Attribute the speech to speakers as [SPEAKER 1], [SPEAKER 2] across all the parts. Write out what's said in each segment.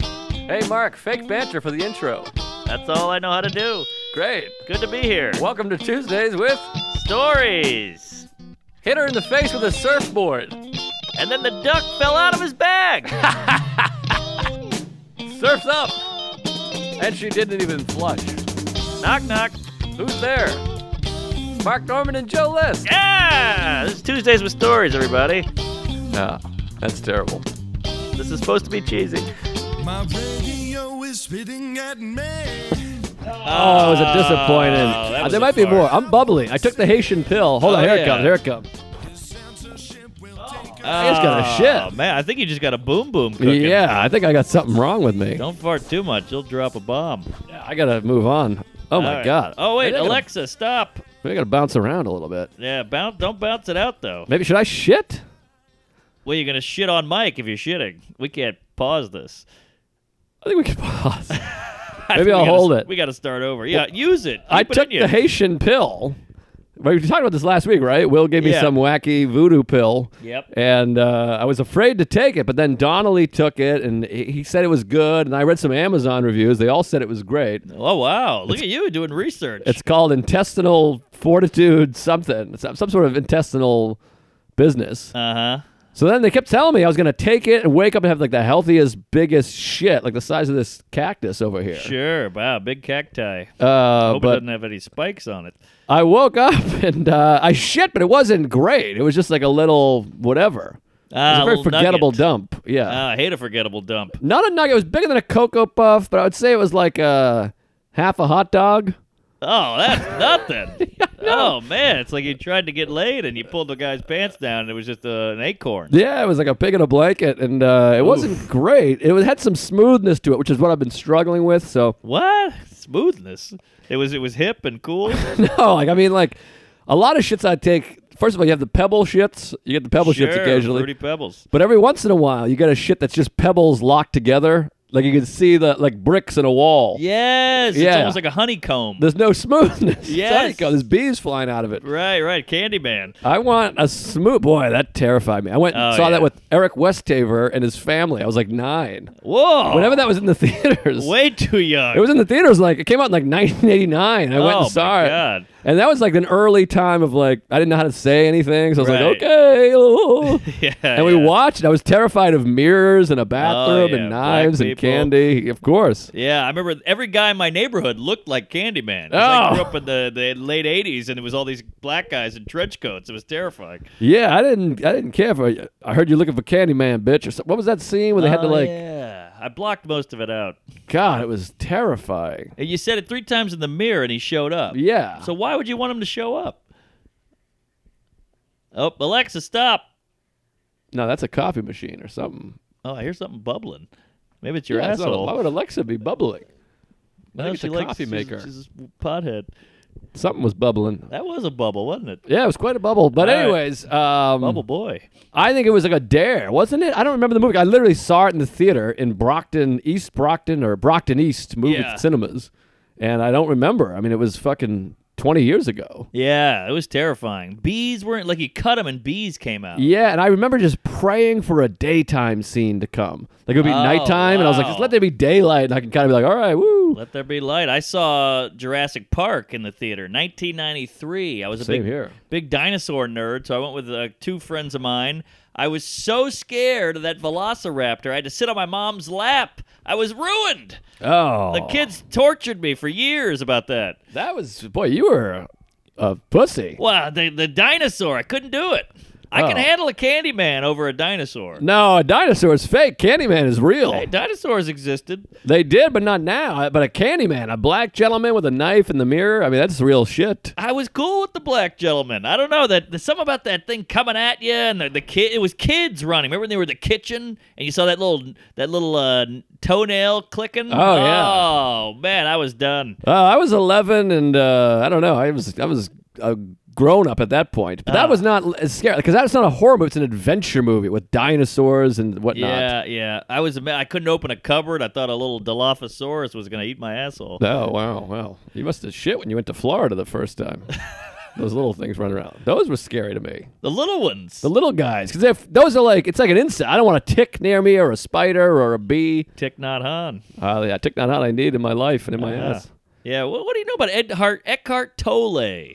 [SPEAKER 1] Hey, Mark, fake banter for the intro.
[SPEAKER 2] That's all I know how to do.
[SPEAKER 1] Great.
[SPEAKER 2] Good to be here.
[SPEAKER 1] Welcome to Tuesdays with
[SPEAKER 2] Stories.
[SPEAKER 1] Hit Her in the Face with a Surfboard.
[SPEAKER 2] And then the duck fell out of his bag.
[SPEAKER 1] Surf's up! And she didn't even flush.
[SPEAKER 2] knock knock.
[SPEAKER 1] Who's there? Mark Norman and Joe List.
[SPEAKER 2] Yeah. This is Tuesdays with Stories, everybody.
[SPEAKER 1] No, Ah, that's terrible.
[SPEAKER 2] This is supposed to be cheesy.
[SPEAKER 3] My radio is spitting at me.
[SPEAKER 4] Oh, it was a disappointing.
[SPEAKER 2] Oh, that
[SPEAKER 4] Uh,
[SPEAKER 2] was
[SPEAKER 4] there
[SPEAKER 2] a
[SPEAKER 4] might be
[SPEAKER 2] fart.
[SPEAKER 4] more. I'm bubbly. I took the Haitian pill. Hold
[SPEAKER 2] Oh,
[SPEAKER 4] on, here
[SPEAKER 2] yeah.
[SPEAKER 4] it comes. Here it comes.
[SPEAKER 2] I
[SPEAKER 4] just got a shit.
[SPEAKER 2] Oh, man, I think you just got a boom boom cooking. Uh,
[SPEAKER 4] Yeah, I think I got something wrong with me.
[SPEAKER 2] Don't fart too much. You'll drop a bomb.
[SPEAKER 4] I gotta move on. Oh
[SPEAKER 2] All
[SPEAKER 4] my
[SPEAKER 2] right.
[SPEAKER 4] god.
[SPEAKER 2] Oh wait,
[SPEAKER 4] Maybe I gotta-
[SPEAKER 2] Alexa, stop.
[SPEAKER 4] maybe I gotta bounce around a little bit.
[SPEAKER 2] Yeah, bounce. Don't bounce it out though.
[SPEAKER 4] Maybe should I shit?
[SPEAKER 2] Well, you're gonna shit on Mike if you're shitting. We can't pause this.
[SPEAKER 4] I think we can pause.
[SPEAKER 2] I
[SPEAKER 4] Maybe
[SPEAKER 2] think we
[SPEAKER 4] I'll
[SPEAKER 2] gotta-
[SPEAKER 4] hold it.
[SPEAKER 2] We got to start over. Yeah, use it.
[SPEAKER 4] I
[SPEAKER 2] Keep it
[SPEAKER 4] took
[SPEAKER 2] in you.
[SPEAKER 4] the Haitian pill. We were talking about this last week, right? Will gave me
[SPEAKER 2] Yeah.
[SPEAKER 4] some wacky voodoo pill.
[SPEAKER 2] Yep.
[SPEAKER 4] And uh, I was afraid to take it, but then Donnelly took it, and he he said it was good. And I read some Amazon reviews; they all said it was great.
[SPEAKER 2] Oh wow! Look at you doing research.
[SPEAKER 4] It's called intestinal fortitude something, some, some sort of intestinal business.
[SPEAKER 2] uh huh.
[SPEAKER 4] So then they kept telling me I was going to take it and wake up and have like the healthiest, biggest shit, like the size of this cactus over here.
[SPEAKER 2] Sure. Wow. Big cacti.
[SPEAKER 4] Uh,
[SPEAKER 2] Hope it
[SPEAKER 4] but
[SPEAKER 2] doesn't have any spikes on it.
[SPEAKER 4] I woke up and uh, I shit, but it wasn't great. It was just like a little whatever. It was
[SPEAKER 2] Ah,
[SPEAKER 4] a very
[SPEAKER 2] little
[SPEAKER 4] forgettable
[SPEAKER 2] nugget.
[SPEAKER 4] dump. Yeah.
[SPEAKER 2] Ah, I hate a forgettable dump.
[SPEAKER 4] Not a nugget. It was bigger than a Cocoa Puff, but I would say it was like a half a hot dog.
[SPEAKER 2] Oh, that's nothing. Oh man, it's like you tried to get laid and you pulled the guy's pants down and it was just uh, an acorn.
[SPEAKER 4] Yeah, it was like a pig in a blanket, and uh, it wasn't great. It was, had some smoothness to it, which is what I've been struggling with. So,
[SPEAKER 2] What smoothness? It was it was hip and cool.
[SPEAKER 4] no, like I mean, like a lot of shits I take. First of all, you have the pebble shits. You get the pebble
[SPEAKER 2] sure,
[SPEAKER 4] shits occasionally,
[SPEAKER 2] Fruity pebbles.
[SPEAKER 4] but every once in a while, you get a shit that's just pebbles locked together. Like you can see the like bricks in a wall.
[SPEAKER 2] Yes. It's
[SPEAKER 4] Yeah.
[SPEAKER 2] almost like a honeycomb.
[SPEAKER 4] There's no smoothness. It's
[SPEAKER 2] Yes.
[SPEAKER 4] honeycomb. There's bees flying out of it.
[SPEAKER 2] right, right. Candyman.
[SPEAKER 4] I want a smooth boy. That terrified me. I went and
[SPEAKER 2] Oh,
[SPEAKER 4] saw
[SPEAKER 2] yeah.
[SPEAKER 4] that with Eric Westaver and his family. I was like nine.
[SPEAKER 2] Whoa.
[SPEAKER 4] Whenever that was in the theaters.
[SPEAKER 2] Way too young.
[SPEAKER 4] It was in the theaters like it came out in like 1989. I went
[SPEAKER 2] Oh,
[SPEAKER 4] and saw
[SPEAKER 2] my
[SPEAKER 4] it,
[SPEAKER 2] God.
[SPEAKER 4] and that was like an early time of like I didn't know how to say anything, so I was
[SPEAKER 2] Right.
[SPEAKER 4] like, okay. oh."
[SPEAKER 2] yeah.
[SPEAKER 4] and we
[SPEAKER 2] yeah. Oh,
[SPEAKER 4] watched. I was terrified of mirrors and a bathroom
[SPEAKER 2] yeah,
[SPEAKER 4] and
[SPEAKER 2] black
[SPEAKER 4] knives and
[SPEAKER 2] people.
[SPEAKER 4] candy, of course.
[SPEAKER 2] Yeah, I remember every guy in my neighborhood looked like Candyman. 'Cause I
[SPEAKER 4] Oh.
[SPEAKER 2] grew up in the, the late '80s, and it was all these black guys in trench coats. It was terrifying.
[SPEAKER 4] Yeah, I didn't. I didn't care for. I heard you looking for Candyman, bitch. Or something. What was that scene where they had to
[SPEAKER 2] Oh,
[SPEAKER 4] like?
[SPEAKER 2] yeah, I blocked most of it out.
[SPEAKER 4] God, it was terrifying.
[SPEAKER 2] And you said it three times in the mirror, and he showed up.
[SPEAKER 4] Yeah.
[SPEAKER 2] So why would you want him to show up? Oh, Alexa, stop!
[SPEAKER 4] no, that's a coffee machine or something.
[SPEAKER 2] Oh, I hear something bubbling. Maybe it's your
[SPEAKER 4] Yeah, it's not-
[SPEAKER 2] asshole.
[SPEAKER 4] Why would Alexa be bubbling?
[SPEAKER 2] Well,
[SPEAKER 4] think it's
[SPEAKER 2] she
[SPEAKER 4] a
[SPEAKER 2] likes-
[SPEAKER 4] coffee
[SPEAKER 2] she's-
[SPEAKER 4] maker.
[SPEAKER 2] She's a pothead.
[SPEAKER 4] Something was bubbling.
[SPEAKER 2] That was a bubble, wasn't it?
[SPEAKER 4] Yeah, it was quite a bubble. But
[SPEAKER 2] All right.
[SPEAKER 4] anyways, um,
[SPEAKER 2] Bubble boy.
[SPEAKER 4] I think it was like a dare, wasn't it? I don't remember the movie. I literally saw it in the theater in Brockton, East Brockton, or Brockton East movie
[SPEAKER 2] Yeah.
[SPEAKER 4] cinemas, and I don't remember. I mean, it was fucking twenty years ago.
[SPEAKER 2] Yeah, it was terrifying. Bees weren't like you cut them, and bees came out.
[SPEAKER 4] Yeah, and I remember just praying for a daytime scene to come. Like it would be
[SPEAKER 2] Oh,
[SPEAKER 4] nighttime, and I was like,
[SPEAKER 2] wow.
[SPEAKER 4] just let there be daylight, and I can kind of be like, all right, woo.
[SPEAKER 2] Let there be light. I saw Jurassic Park in the theater, 1993. I was a
[SPEAKER 4] Same
[SPEAKER 2] big,
[SPEAKER 4] here.
[SPEAKER 2] big dinosaur nerd, so I went with uh, two friends of mine. I was so scared of that Velociraptor. I had to sit on my mom's lap. I was ruined.
[SPEAKER 4] Oh,
[SPEAKER 2] The kids tortured me for years about that.
[SPEAKER 4] That was boy, you were a pussy.
[SPEAKER 2] Wow, the the dinosaur. I couldn't do it. I can
[SPEAKER 4] Oh.
[SPEAKER 2] handle a Candyman over a dinosaur.
[SPEAKER 4] No, a dinosaur is fake. Candyman is real.
[SPEAKER 2] Hey, dinosaurs existed.
[SPEAKER 4] They did, but not now. But a Candyman, a black gentleman with a knife in the mirror. I mean, that's real shit.
[SPEAKER 2] I was cool with the black gentleman. I don't know that there's something about that thing coming at you and the, the kid. It was kids running. Remember when they were in the kitchen and you saw that little that little uh, toenail clicking?
[SPEAKER 4] Oh, yeah.
[SPEAKER 2] Oh man, I was done.
[SPEAKER 4] Uh, I was 11, and uh, I don't know. I was I was a grown up at that point. But
[SPEAKER 2] Ah.
[SPEAKER 4] that was not l- as scary because that's not a horror movie. It's an adventure movie with dinosaurs and whatnot.
[SPEAKER 2] Yeah, yeah. I was. ama- I couldn't open a cupboard. I thought a little Dilophosaurus was gonna eat my asshole.
[SPEAKER 4] Oh wow, wow! You must have shit when you went to Florida the first time. Those little things running around. Those were scary to me.
[SPEAKER 2] The little ones.
[SPEAKER 4] The little guys, because if those are like, it's like an insect. I don't want a tick near me or a spider or a bee.
[SPEAKER 2] Tick not Han.
[SPEAKER 4] Uh, yeah, tick not out I need in my life and in my ass.
[SPEAKER 2] Yeah. Well, what do you know about Edhart, Eckhart Tolle?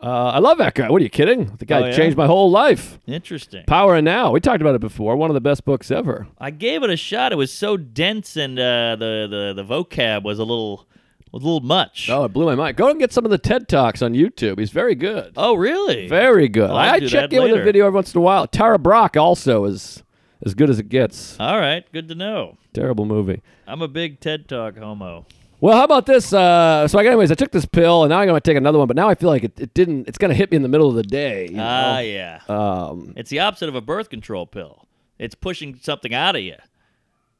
[SPEAKER 4] Uh, I love that guy. What are you kidding? The guy
[SPEAKER 2] Oh, yeah?
[SPEAKER 4] changed my whole life.
[SPEAKER 2] Interesting.
[SPEAKER 4] Power and Now. We talked about it before. One of the best books ever.
[SPEAKER 2] I gave it a shot. It was so dense, and uh, the, the the vocab was a little was a little much.
[SPEAKER 4] Oh, it blew my mind. Go and get some of the TED Talks on YouTube. He's very good.
[SPEAKER 2] Oh, really?
[SPEAKER 4] Very good.
[SPEAKER 2] I'll
[SPEAKER 4] I
[SPEAKER 2] do
[SPEAKER 4] check
[SPEAKER 2] that
[SPEAKER 4] in with a
[SPEAKER 2] later.
[SPEAKER 4] video every once in a while. Tara Brock also is as good as it gets.
[SPEAKER 2] All right. Good to know.
[SPEAKER 4] Terrible movie.
[SPEAKER 2] I'm a big TED Talk homo.
[SPEAKER 4] Well, how about this? Uh, so, like, anyways, I took this pill, and now I'm going to take another one. But now I feel like it, it didn't. It's going to hit me in the middle of the day. you
[SPEAKER 2] Ah,
[SPEAKER 4] know?
[SPEAKER 2] yeah.
[SPEAKER 4] um,
[SPEAKER 2] It's the opposite of a birth control pill. It's pushing something out of you.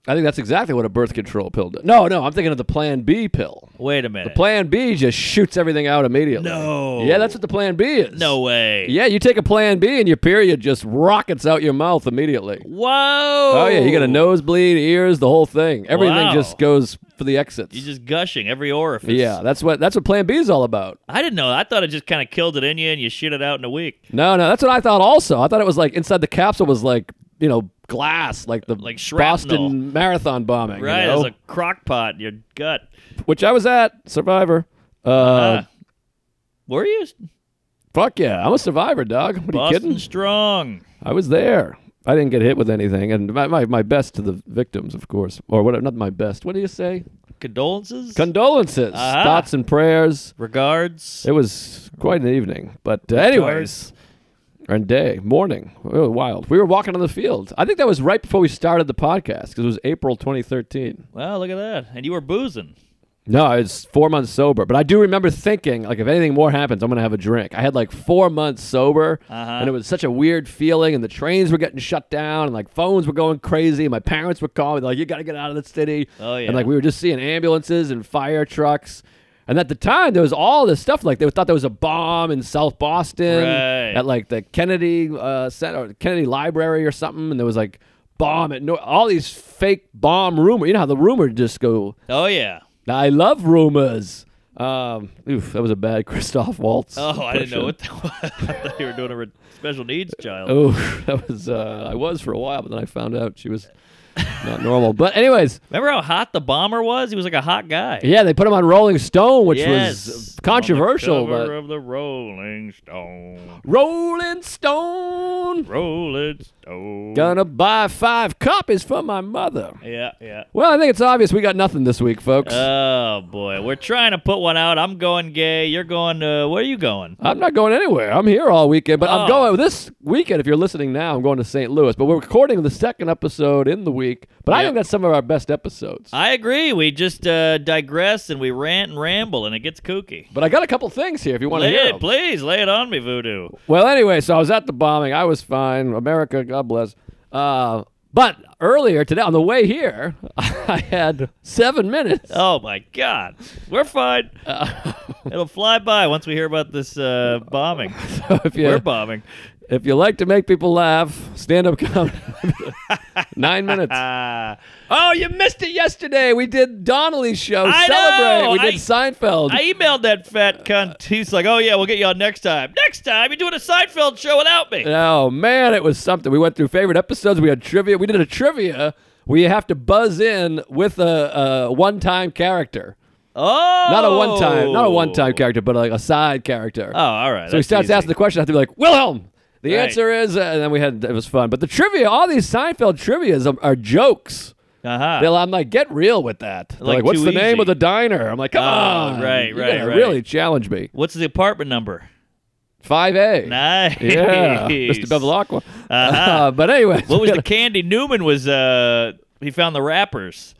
[SPEAKER 4] I think that's exactly what a birth control pill does. No, no, I'm thinking of the Plan B pill.
[SPEAKER 2] Wait a minute.
[SPEAKER 4] Plan B just shoots everything out immediately.
[SPEAKER 2] No.
[SPEAKER 4] Yeah, that's what the Plan B is.
[SPEAKER 2] no way.
[SPEAKER 4] Yeah, you take a Plan B, and your period just rockets out your mouth immediately.
[SPEAKER 2] Whoa.
[SPEAKER 4] Oh yeah, you got a nosebleed, ears, the whole thing. Everything
[SPEAKER 2] Wow.
[SPEAKER 4] just goes for the exits.
[SPEAKER 2] You're just gushing every orifice.
[SPEAKER 4] yeah, that's what that's what Plan B is all about.
[SPEAKER 2] I didn't know. I thought it just kind of killed it in you and you shit it out in a week.
[SPEAKER 4] No, no, that's what I thought. Also, I thought it was like inside the capsule was like you know glass, like the
[SPEAKER 2] Like shrapnel.
[SPEAKER 4] Boston Marathon bombing, you
[SPEAKER 2] Right.
[SPEAKER 4] know?
[SPEAKER 2] It's a crock pot in your gut.
[SPEAKER 4] which I was at Survivor. Uh,
[SPEAKER 2] Uh, were you?
[SPEAKER 4] fuck yeah, I'm a Survivor, dog. What are you
[SPEAKER 2] Boston
[SPEAKER 4] kidding?
[SPEAKER 2] Strong.
[SPEAKER 4] I was there. I didn't get hit with anything, and my, my, my best to the victims, of course, or what? Not my best. What do you say?
[SPEAKER 2] Condolences.
[SPEAKER 4] Condolences,
[SPEAKER 2] Uh-huh.
[SPEAKER 4] thoughts and prayers.
[SPEAKER 2] Regards.
[SPEAKER 4] It was quite an evening. But uh, anyways, and day, morning, it was wild. We were walking on the field. I think that was right before we started the podcast because it was April 2013.
[SPEAKER 2] Well, look at that. And you were boozing.
[SPEAKER 4] No, I was four months sober. But I do remember thinking, like, if anything more happens, I'm going to have a drink. I had like four months sober,
[SPEAKER 2] Uh-huh.
[SPEAKER 4] and it was such a weird feeling. And the trains were getting shut down, and like phones were going crazy. And my parents were calling, like, you got to get out of the city.
[SPEAKER 2] Oh, yeah.
[SPEAKER 4] And like, we were just seeing ambulances and fire trucks. And at the time, there was all this stuff. Like, they thought there was a bomb in South Boston
[SPEAKER 2] Right.
[SPEAKER 4] at like the Kennedy uh, Center, Kennedy Library or something. And there was like bomb at no- all these fake bomb rumor. You know how the rumor just go
[SPEAKER 2] Oh, yeah.
[SPEAKER 4] now, I love rumors. Um, oof, that was a bad Christoph Waltz.
[SPEAKER 2] Oh, I didn't know what
[SPEAKER 4] impression.
[SPEAKER 2] that was. I thought you were doing a re- special needs child.
[SPEAKER 4] Oh, that was. Uh, I was for a while, but then I found out she was not normal. But anyways,
[SPEAKER 2] Remember how hot the bomber was? He was like a hot guy.
[SPEAKER 4] yeah, they put him on Rolling Stone, which
[SPEAKER 2] yes.
[SPEAKER 4] was controversial.
[SPEAKER 2] On the cover
[SPEAKER 4] But
[SPEAKER 2] of the Rolling Stone.
[SPEAKER 4] Rolling Stone
[SPEAKER 2] Rolling Stone.
[SPEAKER 4] gonna buy five copies for my mother.
[SPEAKER 2] Yeah, yeah.
[SPEAKER 4] Well, I think it's obvious we got nothing this week, folks.
[SPEAKER 2] Oh boy, we're trying to put one out. I'm going gay. You're going. Uh, where are you going?
[SPEAKER 4] I'm not going anywhere. I'm here all weekend, but I'm
[SPEAKER 2] Oh.
[SPEAKER 4] going this weekend. If you're listening now, I'm going to St. Louis, but we're recording the second episode in the week. But I
[SPEAKER 2] Yep.
[SPEAKER 4] think that's some of our best episodes.
[SPEAKER 2] I agree. We just uh, digress and we rant and ramble, and it gets kooky.
[SPEAKER 4] but I got a couple things here if you want to
[SPEAKER 2] Lay
[SPEAKER 4] hear.
[SPEAKER 2] it,
[SPEAKER 4] 'em.
[SPEAKER 2] please lay it on me, Voodoo.
[SPEAKER 4] Well, anyway, so I was at the bombing. I was fine. America, God bless. Uh, but earlier today, on the way here, I had seven minutes.
[SPEAKER 2] Oh my God, we're fine.
[SPEAKER 4] Uh,
[SPEAKER 2] It'll fly by once we hear about this uh, bombing.
[SPEAKER 4] So if
[SPEAKER 2] We're
[SPEAKER 4] you
[SPEAKER 2] bombing.
[SPEAKER 4] if you like to make people laugh, stand up comedy. Nine minutes.
[SPEAKER 2] Ah,
[SPEAKER 4] Oh, you missed it yesterday. We did Donnelly's show.
[SPEAKER 2] I
[SPEAKER 4] Celebrate.
[SPEAKER 2] know.
[SPEAKER 4] We did
[SPEAKER 2] I-
[SPEAKER 4] Seinfeld.
[SPEAKER 2] I emailed that fat cunt. He's like, "Oh yeah, we'll get you on next time. Next time, you're doing a Seinfeld show without me."
[SPEAKER 4] oh man, it was something. We went through favorite episodes. We had trivia. We did a trivia. We have to buzz in with a, a one-time character.
[SPEAKER 2] Oh,
[SPEAKER 4] Not a one-time, not a one-time character, but like a side character.
[SPEAKER 2] Oh, all right.
[SPEAKER 4] so he
[SPEAKER 2] that's
[SPEAKER 4] starts
[SPEAKER 2] easy.
[SPEAKER 4] asking the question. I have to be like, Wilhelm. The
[SPEAKER 2] Right.
[SPEAKER 4] answer is, uh, and then we had it was fun. But the trivia, all these Seinfeld trivia's are, are jokes.
[SPEAKER 2] Uh-huh.
[SPEAKER 4] They'll, I'm like, get real with that. They're
[SPEAKER 2] Like,
[SPEAKER 4] like, what's
[SPEAKER 2] too
[SPEAKER 4] the name
[SPEAKER 2] easy.
[SPEAKER 4] of the diner? I'm like, come
[SPEAKER 2] Oh,
[SPEAKER 4] on,
[SPEAKER 2] right,
[SPEAKER 4] you
[SPEAKER 2] right,
[SPEAKER 4] gotta
[SPEAKER 2] right.
[SPEAKER 4] Really challenge me.
[SPEAKER 2] What's the apartment number?
[SPEAKER 4] Five A.
[SPEAKER 2] Nice. Uh-huh.
[SPEAKER 4] Yeah, Mr. Bevilacqua. uh but anyway,
[SPEAKER 2] What was the candy Newman was? Uh, he found the wrappers.